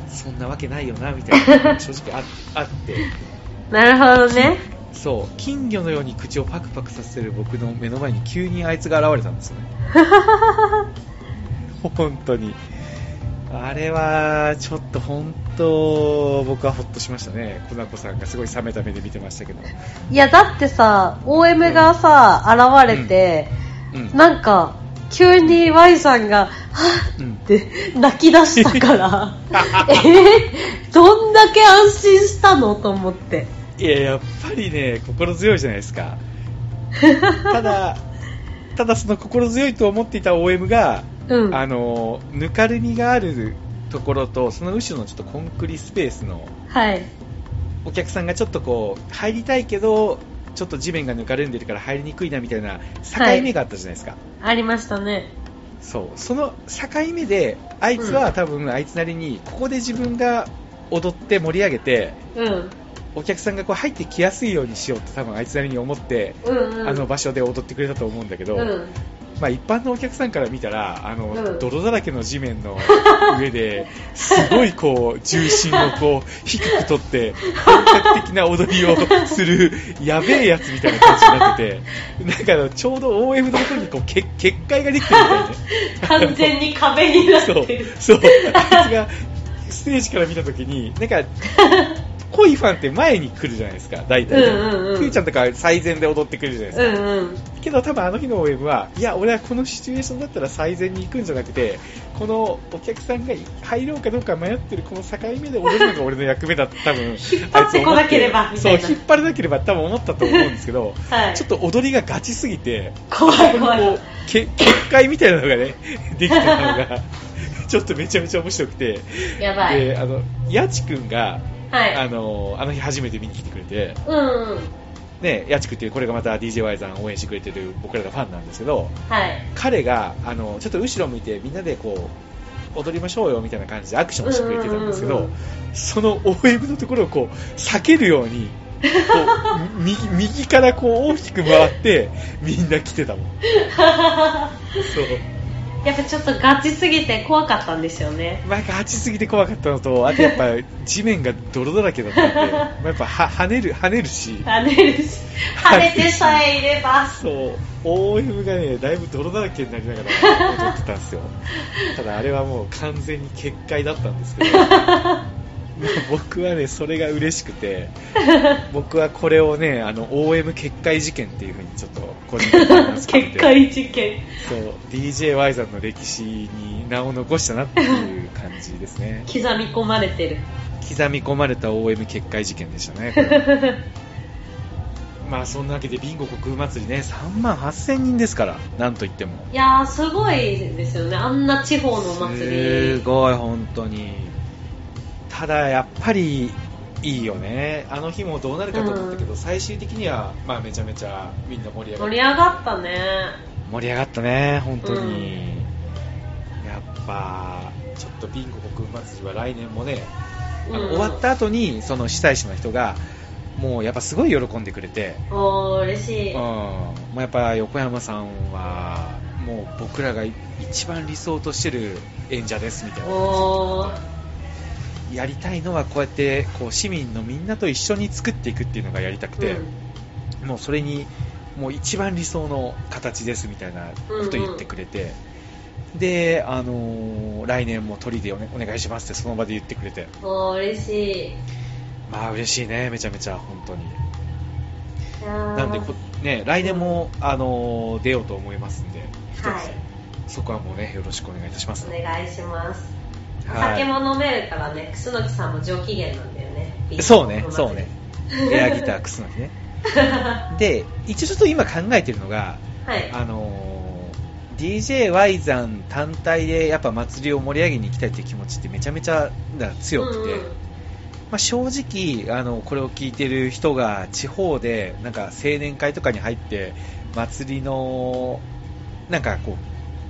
そんなわけないよなみたいなのが正直ああってなるほどね。そう金魚のように口をパクパクさせてる僕の目の前に 急にあいつが現れたんですよね本当にあれはちょっと本当僕はほっとしましたねコナコさんがすごい冷めた目で見てましたけどいやだってさ OM がさ、現れて、うんなんか急に Y さんが「はっ」うんって泣き出したから えー、どんだけ安心したのと思って いややっぱりね心強いじゃないで すかただただその心強いと思っていた OM が、うんあのぬかるみがあるところとその後ろのちょっとコンクリスペースのはいお客さんがちょっとこう入りたいけどちょっと地面がぬかるんでるから入りにくいなみたいな境目があったじゃないですか、ありましたねそうその境目であいつは多分あいつなりにここで自分が踊って盛り上げてうんお客さんがこう入ってきやすいようにしようって多分あいつなりに思ってうんうんあの場所で踊ってくれたと思うんだけど、うんまあ、一般のお客さんから見たらあの、うん泥だらけの地 面の上ですごいこう重心をこう低くとって本格的な踊りをするやべえやつみたいな感じになっててなんかあのちょうど OM のところにこうけ結界ができてるみたいなね。完全に壁になっそうてる、そう、あいつがステージから見たときに、な んか、恋ファンって前に来るじゃないですか、大体。うんうんうんくーちゃんとか最前で踊ってくるじゃないでうすんうんか。けど多分あの日の OM は、いや、俺はこのシチュエーションだったら最前に行くんじゃなくて、このお客さんが入ろうかどうか迷ってるこの境目で踊るのが俺の役目だって多分、引っ張ってこなければあみつたい思ってなそう、引っ張れなければ多分思ったと思うんですけど、はいちょっと踊りがガチすぎて、怖い怖こいうけ結界みたいなのがね できてたのが ちょっとめちゃめちゃ面白くてやばい。であのやちくんが、はい。あのあの日初めて見に来てくれて、うんうん。ね、やちくっていうこれがまた DJY さん応援してくれてる僕らのファンなんですけどはい。彼があのちょっと後ろ向いてみんなでこう踊りましょうよみたいな感じでアクションしてくれてたんですけど、うんうんうんその OM のところをこう避けるようにこ うみ右右からこう大きく回ってみんな来てたもん。そうやっぱちょっとガチすぎて怖かったんですよね。なんかちすぎて怖かったのと、あとやっぱ地面が泥だらけだったんで、まあやっぱは跳ねる、跳ねるし、跳ねるし、跳ねてさえいれば。そう、OM がね、だいぶ泥だらけになりながら踊ってたん ですよ。ただあれはもう完全に決壊だったん ですけど、もう僕はね、それが嬉しく て、僕はこれをね、あの、OM 決壊事件っていうふうにちょっと個人的に名付け 結て界事件。そう、DJY さんの歴史に名を残したなっていう感じですね。刻み込まれてる。刻み込まれた OM 決壊事件でしたねこれまあそんなわけでビンゴ国空祭りね3万8000人ですからなんといってもいやー、すごいですよね。あんな地方のお祭すり。ごい本当にただやっぱりいいよねあの日もどうなるかと思ったけど、最終的には、まあ、めちゃめちゃみんな盛り上が盛っり上がったね。盛り上がったね本当に、やっぱちょっとビンゴ国空祭りは来年もねあのう終んわった後にその主催者の人がもうやっぱすごい喜んでくれて、おー、嬉うしんい。まあ、やっぱ横山さんはもう僕らが一番理想としてる演者ですみたいなおー、やりたいのはこうやってこう市民のみんなと一緒に作っていくっていうのがやりたくて、もうそれにもう一番理想の形ですみたいなこと言ってくれて、で、あのー来年も鳥でお,、ね、お願いしますってその場で言ってくれて。うん。おー、嬉しい。いまあ嬉しいね、めちゃめちゃ本当に。やーなんでこ、ね、来年も、あのー出ようと思いますんで、はい。そこはもうね、よろしくお願いいたします。お願いします。おはい酒も飲めるからね、楠木さんも上機嫌なんだよね。そうね、そうね。。エアギター、クスノキね。で、一応ちょっと今考えてるのが、 はい。あのー DJY 山単体でやっぱ祭りを盛り上げに行きたいっていう気持ちってめちゃめちゃだから強くて、うんうんまあ、正直あのこれを聞いてる人が地方でなんか青年会とかに入って祭りのなんかこ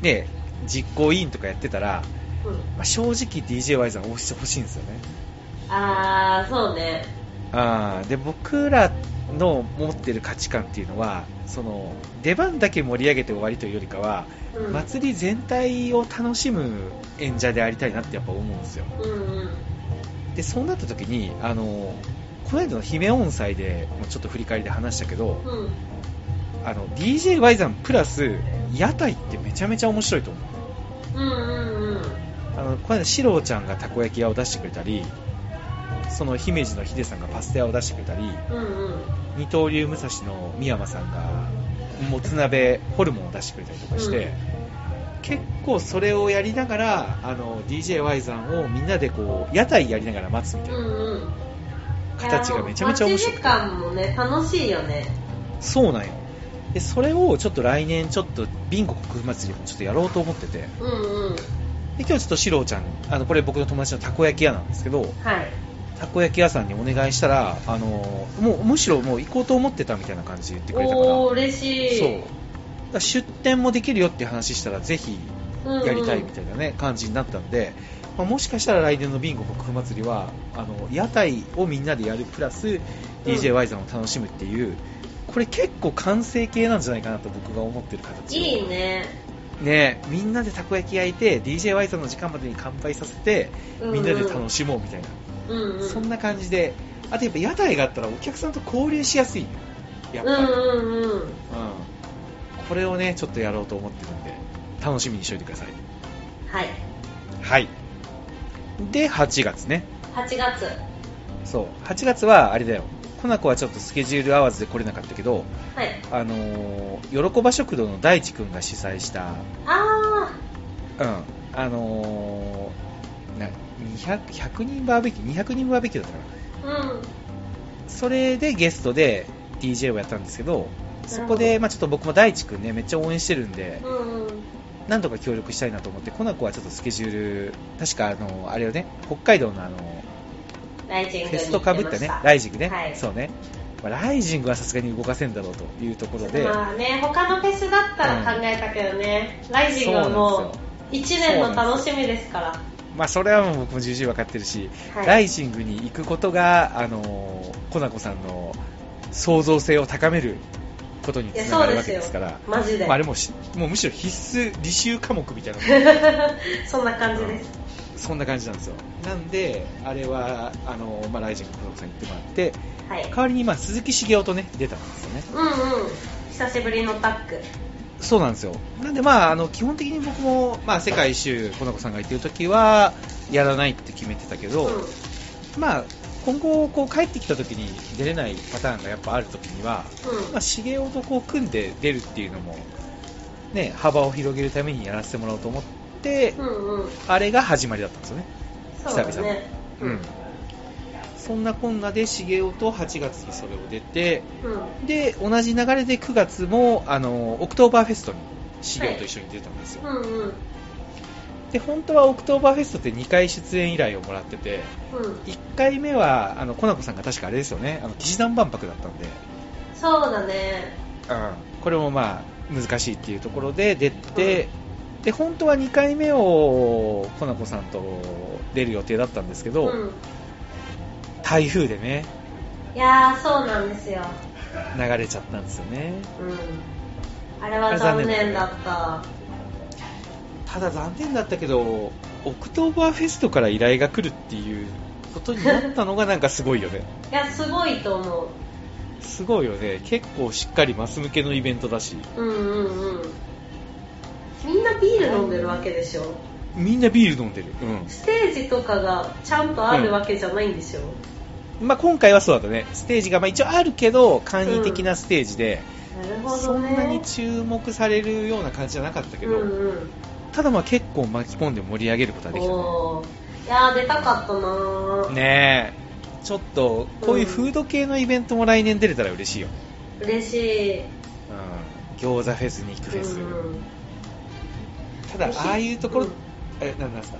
うね実行委員とかやってたら、うんまあ、正直 DJY さん押してほしいんですよねあー、そうね。あーで僕らの持ってる価値観っていうのはその出番だけ盛り上げて終わりというよりかは、うん祭り全体を楽しむ演者でありたいなってやっぱ思うんですようんうん。でそうなった時にあのこの間の姫音祭でもちょっと振り返りで話したけどうん。あの DJY さんプラス屋台ってめちゃめちゃ面白いと思ううんうんうん。ああのこの間シロちゃんがたこ焼き屋を出してくれたりその姫路のヒデさんがパスタ屋を出してくれたりうんうん二刀流武蔵の三山さんがもつ鍋ホルモンを出してくれたりとかして、う結構それをやりながらあの DJY さんをみんなでこう屋台やりながら待つみたいなうんうん形がめちゃめちゃ面白いくやてあの待ち時間もね楽しいよねそうなんよでそれをちょっと来年ちょっとビンゴ国府祭りもちょっとやろうと思っててでうんうん今日ちょっとシロちゃんあのこれ僕の友達のたこ焼き屋なんですけどはいたこ焼き屋さんにお願いしたらあのもうむしろもう行こうと思ってたみたいな感じで言ってくれたからおおー嬉しいそうだから出店もできるよって話したらぜひうんうんやりたいみたいな、ね感じになったんで、まあ、もしかしたら来年のビンゴ国府祭りはあの屋台をみんなでやるプラス DJY さんを楽しむっていう、これ結構完成形なんじゃないかなと僕が思ってる形いいねねみんなでたこ焼き焼いて DJY さんの時間までに乾杯させてみんなで楽しもうみたいな、うんうんそんな感じであとやっぱ屋台があったらお客さんと交流しやすいやっぱり、うんうんうんうん、これをねちょっとやろうと思ってるんで楽しみにしておいてくださいはいはいで8月ね8月そう8月はあれだよコナコはちょっとスケジュール合わずで来れなかったけどはいあのー、喜ば食堂の大地くんが主催したあうんあのーな200 100人バーベキュー200人バーベキューだったかなあうんそれでゲストで DJ をやったんですけどそこで、まあ、ちょっと僕も大地くんねめっちゃ応援してるんで、うんうんなんとか協力したいなと思って、コナコはちょっとスケジュール、確かあの、あれよね、北海道のあの、ライジングフェにスト行きまかしぶったね、たライジングね、はいそうね、まあライジングはさすがに動かせんだろうというところで、まあね他のフェスだったら考えたけどね、ライジングはそうなもんうですよ1年の楽しみですからまあそれはもう僕も重々わかってるし、はいライジングに行くことが、あの、コナコさんの創造性を高めることにいやつなそがうるでわすけでよすから、マジで、まあ、あれもしもうむしろ必須履修科目みたいなもんそんな感じです、そんな感じなんですよなんであれはあの、まあ、ライジングコナコさんに行ってもらってはい代わりにまあ鈴木茂雄とね出たんですよねうんうん久しぶりのタッグそうなんですよなんでまああの基本的に僕も、まあ、世界一周コナコさんがいてる時はやらないって決めてたけど、うんまあ今後こう帰ってきた時に出れないパターンがやっぱある時には、まあ、茂雄とこう組んで出るっていうのもね幅を広げるためにやらせてもらおうと思って、うんうんうんあれが始まりだったんですよねそうだ久々ねうんそんなこんなで茂雄と8月にそれを出てうんで同じ流れで9月もあのオクトーバーフェストに資料と一緒に出たんですよ、うんうんうんで本当はオクトーバーフェストって2回出演依頼をもらってて1回目はあのコナコさんが確かあれですよねあの騎士団万博だったんで、そうだねこれもまあ難しいっていうところで出て、で本当は2回目をコナコさんと出る予定だったんですけど、うん台風でねいやーそうなんですよ流れちゃったんですよねうんあれは残念だったただ残念だったけどオクトーバーフェストから依頼が来るっていうことになったのがなんかすごいよね いやすごいと思すごいよね結構しっかりマス向けのイベントだしううんうんうんみんなビール飲んでるわけでしょみんなビール飲んでる、うステージとかがちゃんとあるわけじゃないんでしょ、んまあ、今回はそうだったねステージがまあ一応あるけど簡易的なステージで、なるほそどねんなに注目されるような感じじゃなかったけど、うんうんただまあ結構巻き込んで盛り上げることはできたねおーいやー出たかったなー、ねえちょっとこういうフード系のイベントも来年出れたら嬉しいよね、嬉しいうん、餃子フェス肉フェス、うんうんただああいうところ、うんえなんなんですか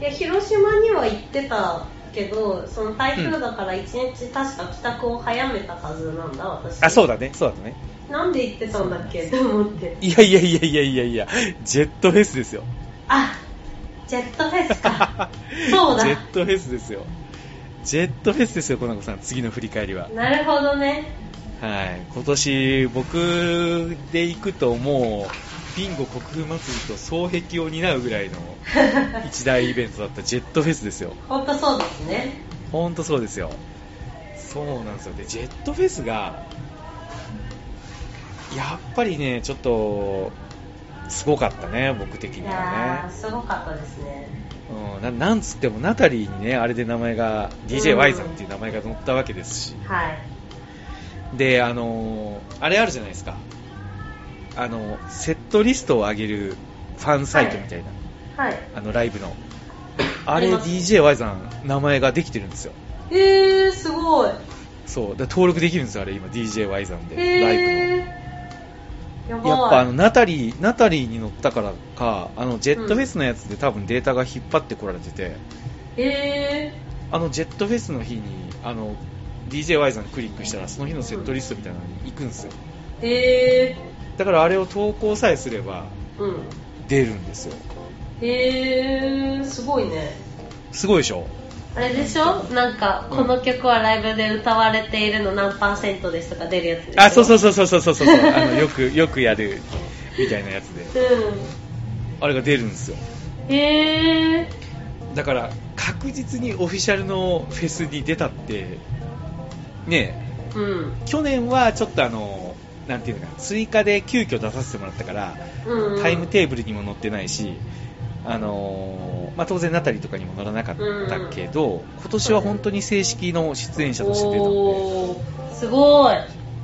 いや広島には行ってたけどその台風だから1日確か帰宅を早めたはずなんだ私あそううだねそうだったねなんで行ってたんだっけと思っていやいやいやいやいやいやジェットフェスですよあジェットフェ スかそうだジェットフェスですよジェットフェスですよコナコさん次の振り返りはなるほどねはい今年僕で行くともうビンゴ国風祭りと双璧を担うぐらいの 一大イベントだったジェットフェスですよ本当そうですねほんとそうですよそうなんですよでジェットフェスがやっぱりねちょっとすごかったね僕的いにやーはすごかったですねね、うん、ななんつってもナタリーにねあれで名前が DJY さんっていう名前が載ったわけですし、はいであのーあれあるじゃないですかあのセットリストを上げるファンサイトみたいな、はいあのライブのああれります DJY さん名前ができてるんですよえー、すごい。そうだから登録できるんですよあれ今 DJY さんでライブのえー、やばい。やっぱあのナタリー、ナタリーに乗ったからか、あのジェットフェスのやつで多分データが引っ張ってこられてて、えあのジェットフェスの日に、あの DJY さんクリックしたら、その日のセットリストみたいなのに行くんですよ。ー、えだからあれを投稿さえすればー、うん。出るんですよ。えー、すごいね。すごいでしょあれでしょなんか、この曲はライブで歌われているの何パーセントですとか出るやつでしょあ、そうそうそうそうそうそうそうあのよく、よくやるみたいなやつで、あれが出るんですよ。うん。へえだから確実にオフィシャルのフェスに出たって、ねえ、ー。うん。去年はちょっとあのなんていうのかな追加で急遽出させてもらったから、うん、うん。タイムテーブルにも載ってないし、あのーまあ、当然ナタリーとかにも載らなかったけど、今年は本当に正式の出演者として出たのおーすごい。で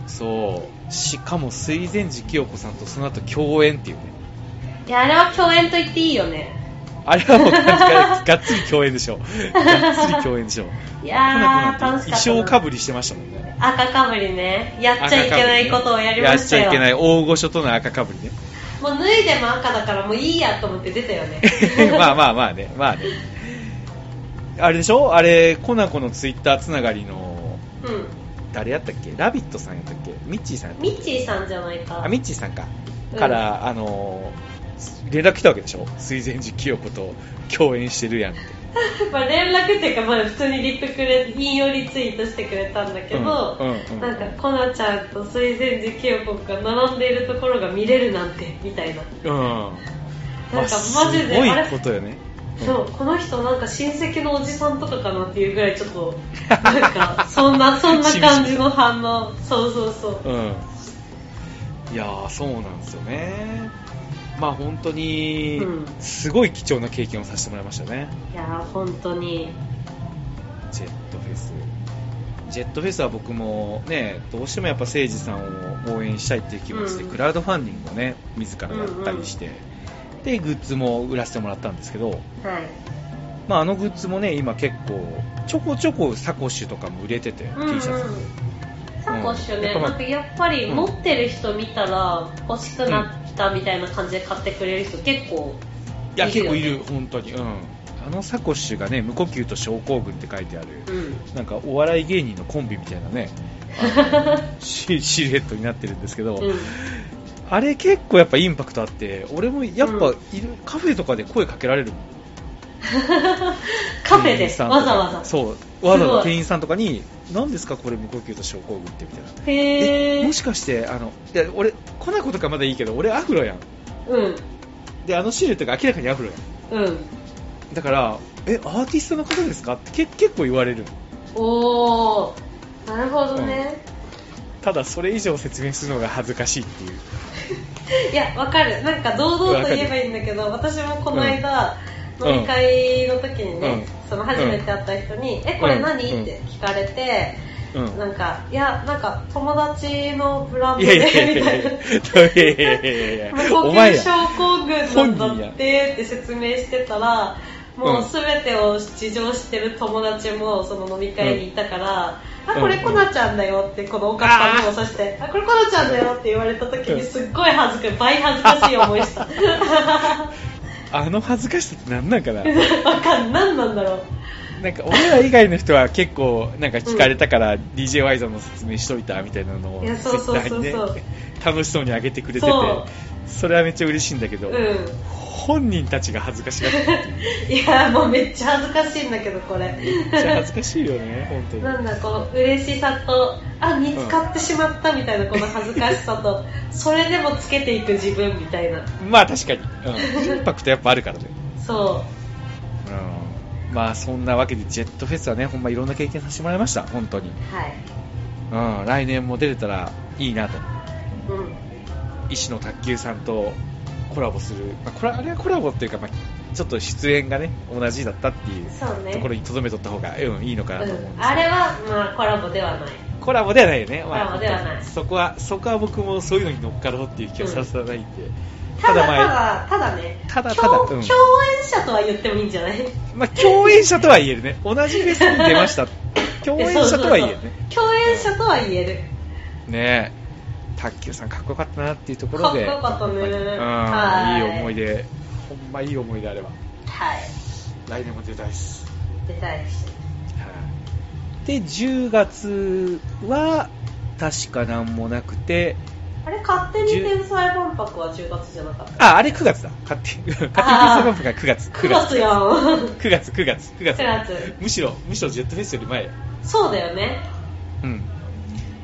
そうしかも水前寺清子さんとその後共演っていうねいや、あれは共演と言っていいよね。あれはもうががっつり共演でしょがっつり共演でしょいコやナー、コなん楽てしか衣装ったな。かぶりしてましたもんね赤かぶりね。やっちゃいけないことをやりましたよ。やっちゃいけない大御所との赤かぶりねもう脱いでも赤だからもういいやと思って出たよ ね。まあまあまあね、まあね。あれでしょあれ、コナコのツイッターつながりの、うん。誰やったっけラビットさんやったっけミッチーさんやったっミッチーさんじゃないけか。あ、ミッチーさんか。うんから、あのー連絡来たわけでしょ水前寺清子と共演してるやんって。まあ連絡っていうか、まあ、普通にリプくれ引用リツイートしてくれたんだけど、うんうんうんなんかコナちゃんと水前寺清子が並んでいるところが見れるなんてみたいな、うん。なんなんかマジすでごいあれことよね。うんそうこの人なんか親戚のおじさんとかかなっていうぐらいちょっ となんかそんなそんな感じの 反応そうそうそううん、いやーそうなんですよね、まあ本当にうんすごい貴重な経験をさせてもらいましたね、いやー本当にジェットフェス、ジェットフェスは僕もね、どうしてもやっぱ誠司さんを応援したいっていう気持ちで、うんクラウドファンディングをね、自らやったりして、でグッズも売らせてもらったんですけど、はいまあ、あのグッズもね、今結構、ちょこちょこサコッシュとかも売れてて、うんう T んシャツ。サコッシュね、うんなんかやっぱり持ってる人見たら欲しくなったみたいな感じで買ってくれる人結構いや、いる結よ構ねいる、本当に。うん。あのサコッシュがね、無呼吸と症候群って書いてある、うんなんかお笑い芸人のコンビみたいな ね、あのシシルエットになってるんですけど、うんあれ結構やっぱインパクトあって、俺もやっぱういる、カフェとかで声かけられるもんカフ店ェで員さんとわかざわざそう、わざすわござい店員さんとかに、何ですかこれ無呼吸と症候群ってみたいな。へええもしかして、あの、いや、俺、コナコとかまだいいけど、俺アフロやん。うんで、あのシルエットが明らかにアフロやん。うんだから、え、アーティストの方ですかってけ結構言われるのおおなるほどね、ただそれ以上説明するのが恥ずかしいっていう。 いやわかるなんか堂々と言えばいいんだけど私もこの間、うん飲み会の時にね、うんその初めて会った人に「えこれ何?」うんって聞かれて、うん。なんか「いやなんか友達のブランいドやで」いやいみたやいいやな。いやいやいやいや無呼お前吸や。症候群なんだってって説明してたらもう全てを事情してる友達もその飲み会にいたから、うんあこれコナちゃんだよってこのおかっぱにもそしてあこれコナちゃんだよって言われた時にすっごい恥ずかしい倍恥ずかしい思いしたあの恥ずかしさって何なんかなわかん何なんだろうなんか俺ら以外の人は結構なんか聞かれたから DJY さんの説明しといたみたいなのをいやそうそうそうそうツイッターにね楽しそうに上げてくれててそそれはめっちゃ嬉しいんだけうど、ん本人たちが恥ずかしがってめっいやもうめっちゃ恥ずかしいんだけどこれちゃ恥ずかしいよ ね本当になんだこの嬉しさとあ見つかってしまったみたいなこの恥ずかしさとそれでもつけていく自分みたいなまあ確かに、うん インパクトやっぱあるからねそうんまあそんなわけでジェットフェスはねほんまいろんな経験させてもらいました本当に、うはういん、来年も出れたらいいなとうん石野卓球さんとコラボする、まあ、これあれはコラボっていうか、まあ、ちょっと出演がね同じだったっていうそうねところにとどめとった方が、うん、いいのかなと思うんですうけん、どあれは、まあ、コラボではないコラボではないよね、コラボではないそこはそこは僕もそういうのに乗っかろうっていう気はさせないんで、ただたまあだただねただ共ただう共ん演者とは言ってもいいんじゃないまあ、共演者とは言えるね同じフェスに出ました 共演者とは言えるねそうそうそう共演者とは言えるねえ卓球さんかっこよかったなっていうところでかっこよかったねうん、はいいい思い出ほんまいい思い出あればはい来年も出たいっす出たいしはいで10月は確かなんもなくてあれ勝手に天才万博は10月じゃなかったああれ9月だ勝手に勝手にフェスバンプが9月9月やん 9月9月9月9月むしろむしろジェットフェスより前そうだよねうん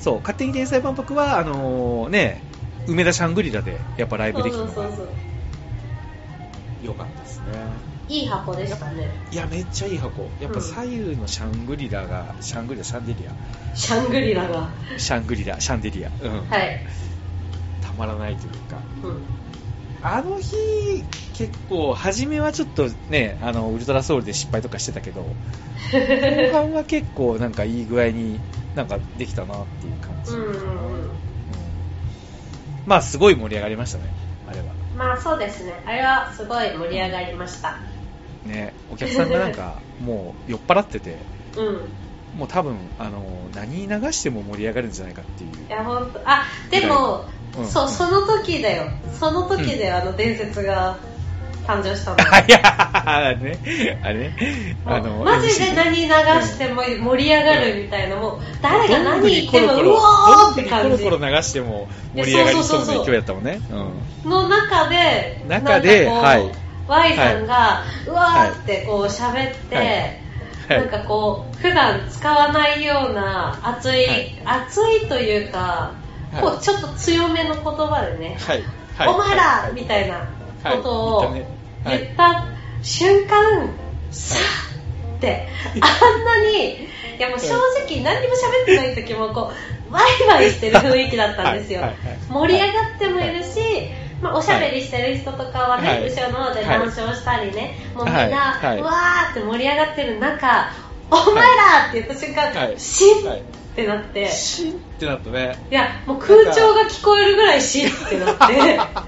そう勝手に天才万博はあのーね梅田シャングリラでやっぱライブできたそのうそうそうそがう良かったですねいい箱でしたねいやめっちゃいい箱やっぱ左右のシャングリラがシャングリラシャンデリシャングリラがはアシャングリラシャンデリア、うんい、たまらないというかうん、あの日、結構、初めはちょっとね、あのウルトラソウルで失敗とかしてたけど、後半は結構、なんかいい具合になんかできたなっていう感じ、うんうんうんまあ、すごい盛り上がりましたね、あれは。まあそうですねあれはすごい盛り上がりましたね、お客さんがなんか、もう酔っ払ってて、うんもう多分あの何流しても盛り上がるんじゃないかっていう。いや本当あでも、うんそうその時だよその時で、あの伝説が誕生したの いやあれね、あれね、あものうマジで何流しても盛り上がるみたいな、もう誰が何言ってもどんぐりコロコロうわーってどん感ぐりじコロコロ流しても盛り上がりそうな勢いだったもんね。の中でうん中で、なんはかいこ。う Y さんが、うわーってこう喋って、はいはなんいかこう普段使わないような熱い、はい熱いというか、はいこうちょっと強めの言葉でね、はい。お前ら、はみたいなことをはい言言っ,、ったたねはい瞬間さあってあんなにいやもう正直何にも喋ってない時もこうワイワイしてる雰囲気だったんですよはいはいはい盛り上がってもいるし、まあ、おしゃべりしてる人とかはね、はい後ろの方で談笑したりね、もうみんな、はいはいうわーって盛り上がってる中お前らって言った瞬間、はいシンはいってなって、い。い、シンってなったね。やもう空調が聞こえるぐらいシンってなって。 なんかあ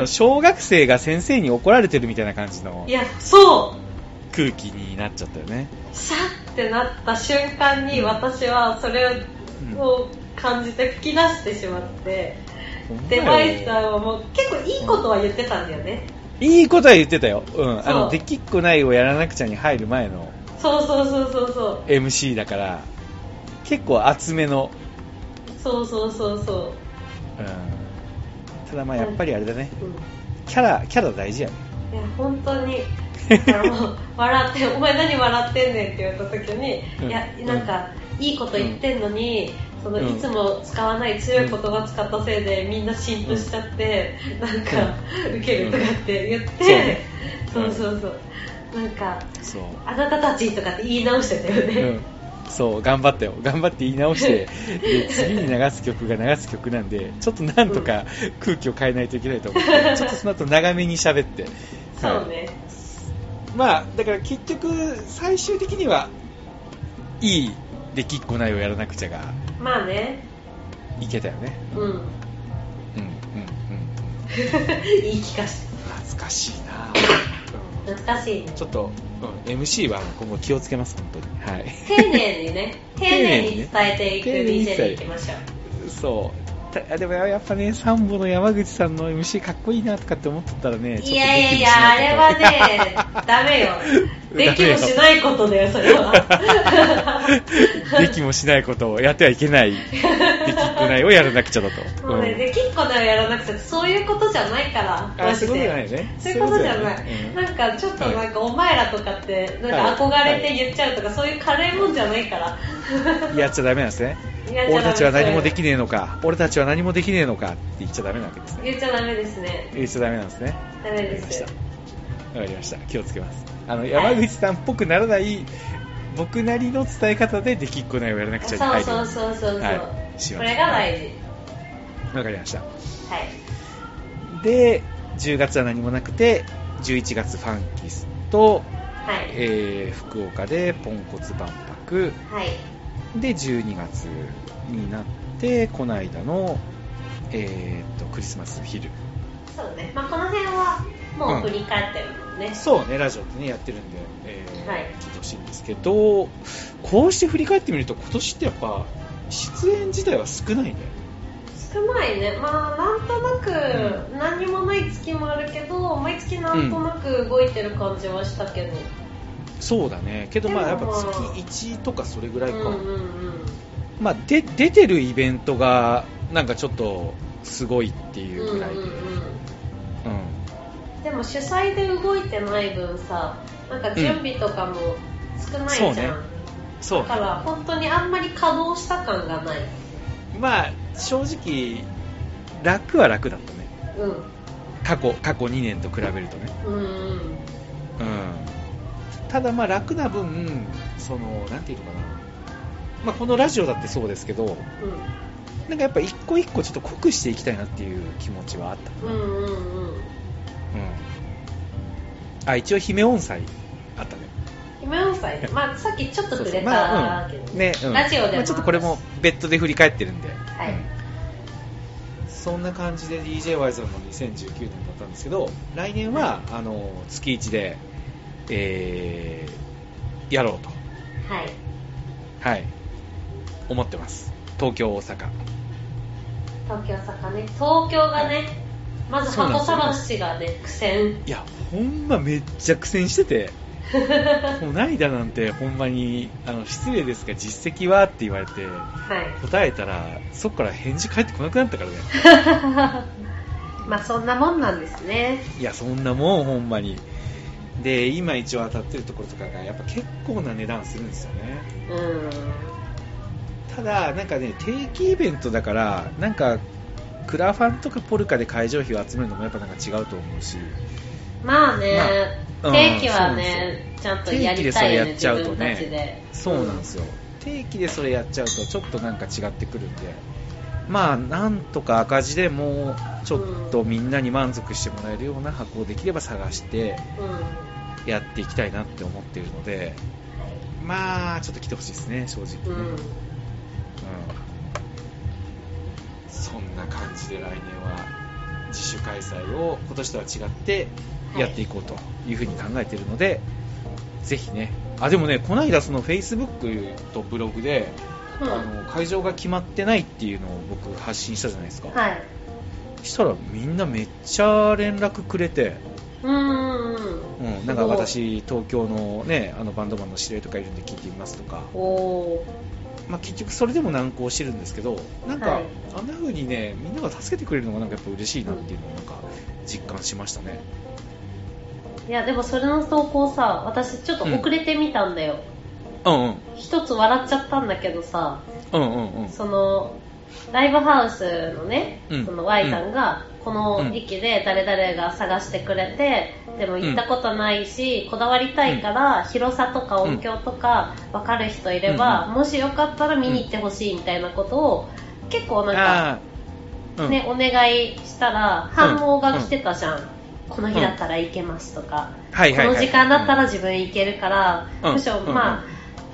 の小学生が先生に怒られてるみたいな感じのいや、そう、空気になっちゃったよね。さってなった瞬間に私はそれを感じて吹き出してしまって、で、バイさんはもう結構いいことは言ってたんだよね。いいことは言ってたよ。うん。あそうの、できっこないをやらなくちゃに入る前のそうそうそうそうそう。 MC だから、結構厚めのそうそうそうそうんただまあやっぱりあれだね、う。うんキャラ、キャラ大事やね。いや本当にあの笑ってお前何笑ってんねんって言われた時に、うんいやなんか、いいこと言ってんのに、そのうんいつも使わない強い言葉使ったせいで、みんな浸透しちゃって、なんか、ウケるとかって言って、うんそうそうそう、なんかそう。あなたたちとかって言い直してたよね、うん。そう、頑張ったよ。頑張って言い直して、で次に流す曲が流す曲なんで、ちょっとなんとか空気を変えないといけないと思 って、ちょっとその後長めに喋って。そうね、はいまあ、だから結局、最終的には、いいできっこないをやらなくちゃが、まあね、いけたよね。うん、 うん、うん、うん。言い聞かし恥ずかしいなて、難しいねちょっと、うん、MC は今後気をつけます、本当に。はい。丁寧にね、丁寧に伝えていく丁寧にね DJ でいきましょう。そうたでもやっぱね、サンボの山口さんの MC かっこいいなとかって思ってたらね、いやいやいや、あれは ね、ダメよ。できもしないことだよ、それは。 ね、できもしないことをやってはいけ ない、できっこないをやらなくちゃだと。もうね、できっこなをやらなくちゃ、そういうことじゃないから、あマジそういうことじゃないで。ね。そういうことじゃないそういう。ことじゃないなんか、ちょっとなんか、お前らとかって、なんかはい憧れて言っちゃうとか、そういう軽いもんじゃないから。 うんやっちゃダメなんですね。やっちゃダメ俺たちは何もできねえのか、俺たちは何もできねえのかって言っちゃダメなわけですね。言っちゃダメですね。言っちゃダメなんですね。ダわメかりでましすた。。わかりました。気をつけます。あの、山口さんっぽくならない、僕なりの伝え方でできっこないをやらなくちゃいけなそうい。そうそうそうはそ。いうこれが大事。わかりました。はい。で、10月は何もなくて、 11月ファンキスと、はい。えー福岡でポンコツ万博はい。で12月になってこの間の、えーっとクリスマス昼そうね。まあ、この辺は、もう振り返ってるもんね。そうねラジオで、ね、やってるんで、えーはい聞いてほしいんですけどこうして振り返ってみると今年ってやっぱ出演自体は少ないんだよね少ないね。まあ、なんとなく、何にもない月もあるけど、毎月なんとなく動いてる感じはしたけど。そうだねけどまあでやっもぱまあ月1とかそれぐらういんか、うんうん。まあ、で出てるイベントがなんかちょっとすごいっていうぐらいで、うんうんうんうんでも主催で動いてない分さなんか準備とかも少ないじゃん、そうねそうだから本当にあんまり稼働した感がないまあ正直楽は楽だったねう過去過去2年と比べるとね、んうんうんうん、ただまあ楽な分そのなんていうのかな、まあ、このラジオだってそうですけどなんかやっぱ一個一個ちょっと濃くしていきたいなっていう気持ちはあった、うんうんうんうんうん、あ一応姫音祭あったね姫音祭まあさっきちょっと触れまあたけどうんねうんラジオでもまあちょっとこれも別途で振り返ってるんで、はいうんそんな感じで d j y ゾンの2019年だったんですけど来年は、あの月1で、えーやろうと、はいはい、思ってます東京大阪東京坂ね東京がねまずそうなん箱ですよ探しがね苦戦いやほんまめっちゃ苦戦して てこないだなんてほんまにあの失礼ですが実績はって言われてはい答えたらそっから返事返ってこなくなったからねまあそんなもんなんですねいやそんなもんほんまにで今一応当たってるところとかがやっぱ結構な値段するんですよねうんただなんかね定期イベントだからなんかクラファンとかポルカで会場費を集めるのもやっぱなんか違うと思うしまあね、まあうん定期はね、ちゃんとやりたいよね、定期でそれやっちゃうと自ね分たちで。そうなんですよ、定期でそれやっちゃうとちょっとなんか違ってくるんでまあなんとか赤字でもうちょっとみんなに満足してもらえるような箱をできれば探してうん。やっていきたいなって思っているのでまあちょっと来てほしいですね正直ね、うん。うんそんな感じで来年は自主開催を今年とは違ってやっていこうというふうに考えているので、ぜひね、あでもね、この間、その Facebook とブログで、うん。あの会場が決まってないっていうのを僕、発信したじゃないですか、はい。したらみんなめっちゃ連絡くれて、うんうんうん。うん、なんか私、東京の,、ね、あのバンドマンの指令とかいるんで聞いてみますとか。おー。まあ、結局それでも難航してるんですけどなんか、はいあんな風にねみんなが助けてくれるのがなんかやっぱ嬉しいなっていうのをなんか実感しましたねいや、でもそれの投稿さ、私ちょっと遅れてみたんだよ。うんうん一つ笑っちゃったんだけどさ、うんうんうんその、ライブハウスのね、うんその Y さんが、この駅で誰々が探してくれて、でも行ったことないし、こだわりたいから、広さとか音響とか分かる人いれば、うんもしよかったら見に行ってほしいみたいなことを、結構なんあーか、うんね、お願いしたら、反応が来てたじゃん。この日だったら行けますとか、はいはいはいこの時間だったら自分行けるから、うんむしろ、うんまあ、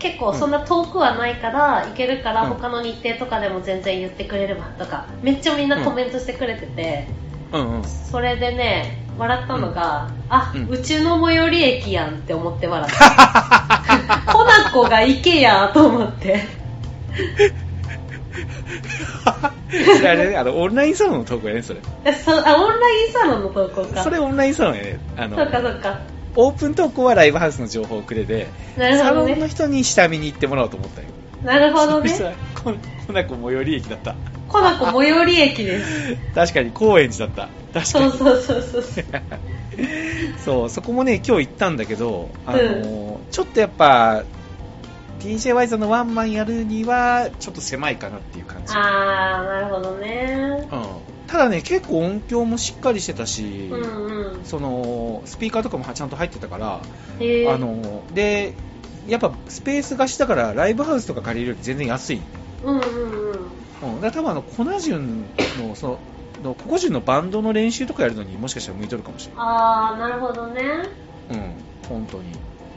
結構そんな遠くはないから、行けるから、うん他の日程とかでも全然言ってくれればとか、めっちゃみんなコメントしてくれてて、うんうんそれでね、笑ったのが、あ、うんうちの最寄り駅やんって思って笑 った。コナコが行けやと思って。それあれねあのオンラインサロンの投稿やねそれえそあ、オンラインサロンの投稿か。それオンラインサロンやねあそのうかそうか。オープン投稿はライブハウスの情報をくれて、なるサほどロンのね。人に下見に行ってもらおうと思ったよなるほどそしたらね。ここんな子最寄り駅だったコナコ最寄り駅です。確かに高円寺だった 確かにそうそうそうそう。 そう、そこもね、今日行ったんだけど、あのーちょっとやっぱ、DJY さんのワンマンやるには、ちょっと狭いかなっていう感じ。あー、なるほどね。うん、ただね、結構音響もしっかりしてたし、うんうん。その、スピーカーとかもちゃんと入ってたから、へーあのーで、やっぱスペース貸しだから、ライブハウスとか借りるより全然安い。うんうんうん。うん、だから多分あの、コナジュンの、その、の個々人のバンドの練習とかやるのにもしかしたら向いとるかもしれなああなるほどねいうん本当に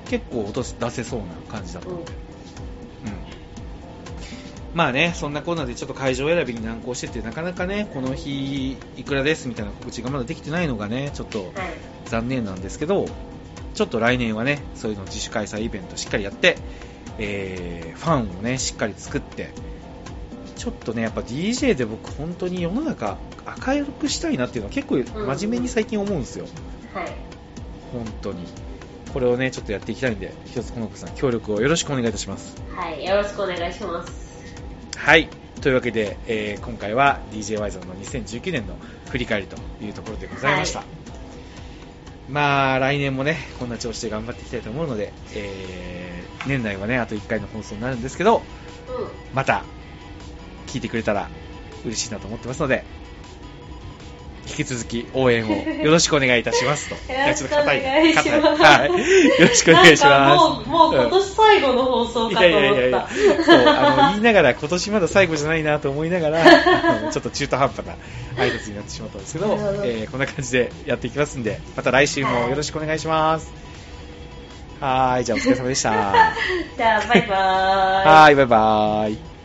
結構音出せそうな感じだったうのんで、うんまあねそんなこんなでちょっと会場選びに難航しててなかなかねこの日いくらですみたいな告知がまだできてないのがねちょっとはい残念なんですけどちょっと来年はねそういうの自主開催イベントしっかりやって、えーファンをねしっかり作ってちょっとねやっぱ DJ で僕本当に世の中明るくしたいなっていうのは結構真面目に最近思うんですよ、はい本当にこれをねちょっとやっていきたいんで一つこの子さん協力をよろしくお願いいたしますはいよろしくお願いしますはいというわけで、えー今回は d j y ゾンの2019年の振り返りというところでございました、はいまあ来年もねこんな調子で頑張っていきたいと思うので、えー年内はねあと1回の放送になるんですけどうまた聞いてくれたら嬉しいなと思ってますので引き続き応 援をよろしくお願いいたしますとよろしくお願いしますやちょっと硬い硬いはい、よろしくお願いしますなんかもうもう今年最後の放送いかとやいやいやい思やっ、そうあの言いながら、今年まだ最後じゃないなと思いな がら、あのちょっと中途半端な挨拶になってしまったんですけど、なるほどえーこんな感じでやっていきますんで、また来週もよろしくお願いします。はーい、じゃあお疲れ様でした。 たじゃあバイバーイはーい、バイバーイ。